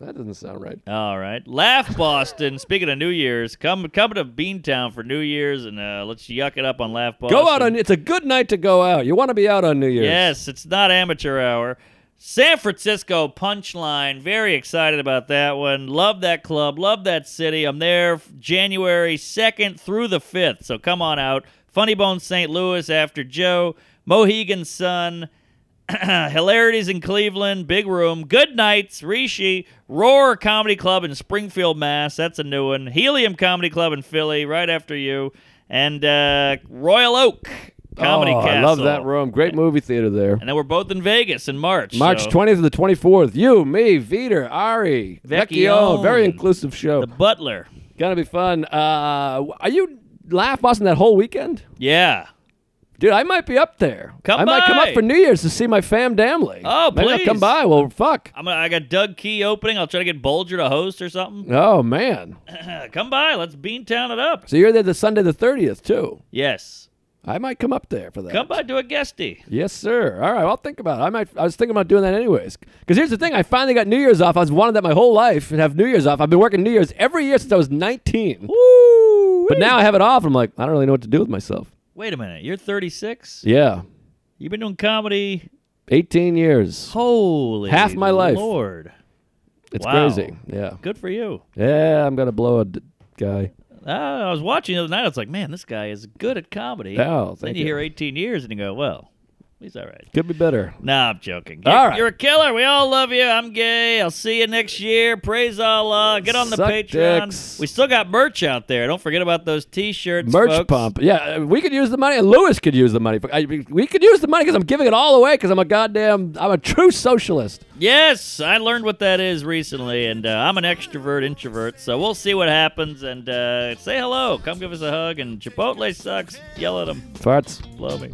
[SPEAKER 4] That doesn't sound right.
[SPEAKER 2] All right. Laugh Boston. Speaking of New Year's, come come to Beantown for New Year's and uh, let's yuck it up on Laugh Boston.
[SPEAKER 4] Go out on. It's a good night to go out. You want to be out on New Year's.
[SPEAKER 2] Yes, it's not amateur hour. San Francisco Punchline. Very excited about that one. Love that club. Love that city. I'm there f- January 2nd through the 5th. So come on out. Funny Bone St. Louis after Joe. Mohegan Sun. Hilarities in Cleveland, Big Room, Good Nights, Rishi, Roar Comedy Club in Springfield, Mass. That's a new one. Helium Comedy Club in Philly, right after you, and uh, Royal Oak Comedy
[SPEAKER 4] oh,
[SPEAKER 2] Castle.
[SPEAKER 4] I love that room. Great movie theater there.
[SPEAKER 2] And then we're both in Vegas in March.
[SPEAKER 4] March
[SPEAKER 2] so
[SPEAKER 4] 20th to the 24th. You, me, Viter, Ari, Vecchio.
[SPEAKER 2] Vecchione.
[SPEAKER 4] Very inclusive show.
[SPEAKER 2] The Butler.
[SPEAKER 4] Gonna be fun. Uh, w- are you Laugh Boston that whole weekend?
[SPEAKER 2] Yeah.
[SPEAKER 4] Dude, I might be up there.
[SPEAKER 2] Come
[SPEAKER 4] I might come
[SPEAKER 2] by.
[SPEAKER 4] up for New Year's to see my fam damly.
[SPEAKER 2] Oh,
[SPEAKER 4] Maybe I'll come
[SPEAKER 2] please.
[SPEAKER 4] by. Well, fuck.
[SPEAKER 2] I'm gonna, I got Doug Key opening. I'll try to get Bolger to host or something.
[SPEAKER 4] Oh, man.
[SPEAKER 2] Come by. Let's Beantown it up.
[SPEAKER 4] So you're there the Sunday the 30th, too.
[SPEAKER 2] Yes.
[SPEAKER 4] I might come up there for that.
[SPEAKER 2] Come by do a guesty.
[SPEAKER 4] Yes, sir. All right, well, I'll think about it. I might. I was thinking about doing that anyways. Because here's the thing: I finally got New Year's off. I was wanted that my whole life and have New Year's off. I've been working New Year's every year since I was 19.
[SPEAKER 2] Woo!
[SPEAKER 4] But now I have it off. I'm like, I don't really know what to do with myself.
[SPEAKER 2] Wait a minute. You're 36.
[SPEAKER 4] Yeah,
[SPEAKER 2] You've been doing comedy.
[SPEAKER 4] 18 years.
[SPEAKER 2] Holy
[SPEAKER 4] Half my life.
[SPEAKER 2] Lord,
[SPEAKER 4] It's
[SPEAKER 2] wow.
[SPEAKER 4] crazy. Yeah,
[SPEAKER 2] good for you.
[SPEAKER 4] yeah. I'm gonna blow a d- guy.
[SPEAKER 2] Ah, I was watching the other night. I was like, man, this guy is good at comedy.
[SPEAKER 4] Oh,
[SPEAKER 2] then
[SPEAKER 4] thank you.
[SPEAKER 2] you, hear 18 years and you go, well, he's all right.
[SPEAKER 4] Could be better.
[SPEAKER 2] Nah, I'm joking.
[SPEAKER 4] All
[SPEAKER 2] You're-
[SPEAKER 4] right.
[SPEAKER 2] You're a killer. We all love you. I'm gay. I'll see you next year. Praise Allah. Get on the
[SPEAKER 4] Suck
[SPEAKER 2] Patreon.
[SPEAKER 4] dicks.
[SPEAKER 2] We still got merch out there. Don't forget about those t-shirts,
[SPEAKER 4] Merch
[SPEAKER 2] folks.
[SPEAKER 4] pump. Yeah, uh, we could use the money, and Lewis could use the money. I, we could use the money because I'm giving it all away because I'm a goddamn, I'm a true socialist.
[SPEAKER 2] Yes, I learned what that is recently, and uh, I'm an extrovert introvert, so we'll see what happens. And uh, say hello. Come give us a hug. And Chipotle sucks. Yell at him.
[SPEAKER 4] Farts.
[SPEAKER 2] Blow me.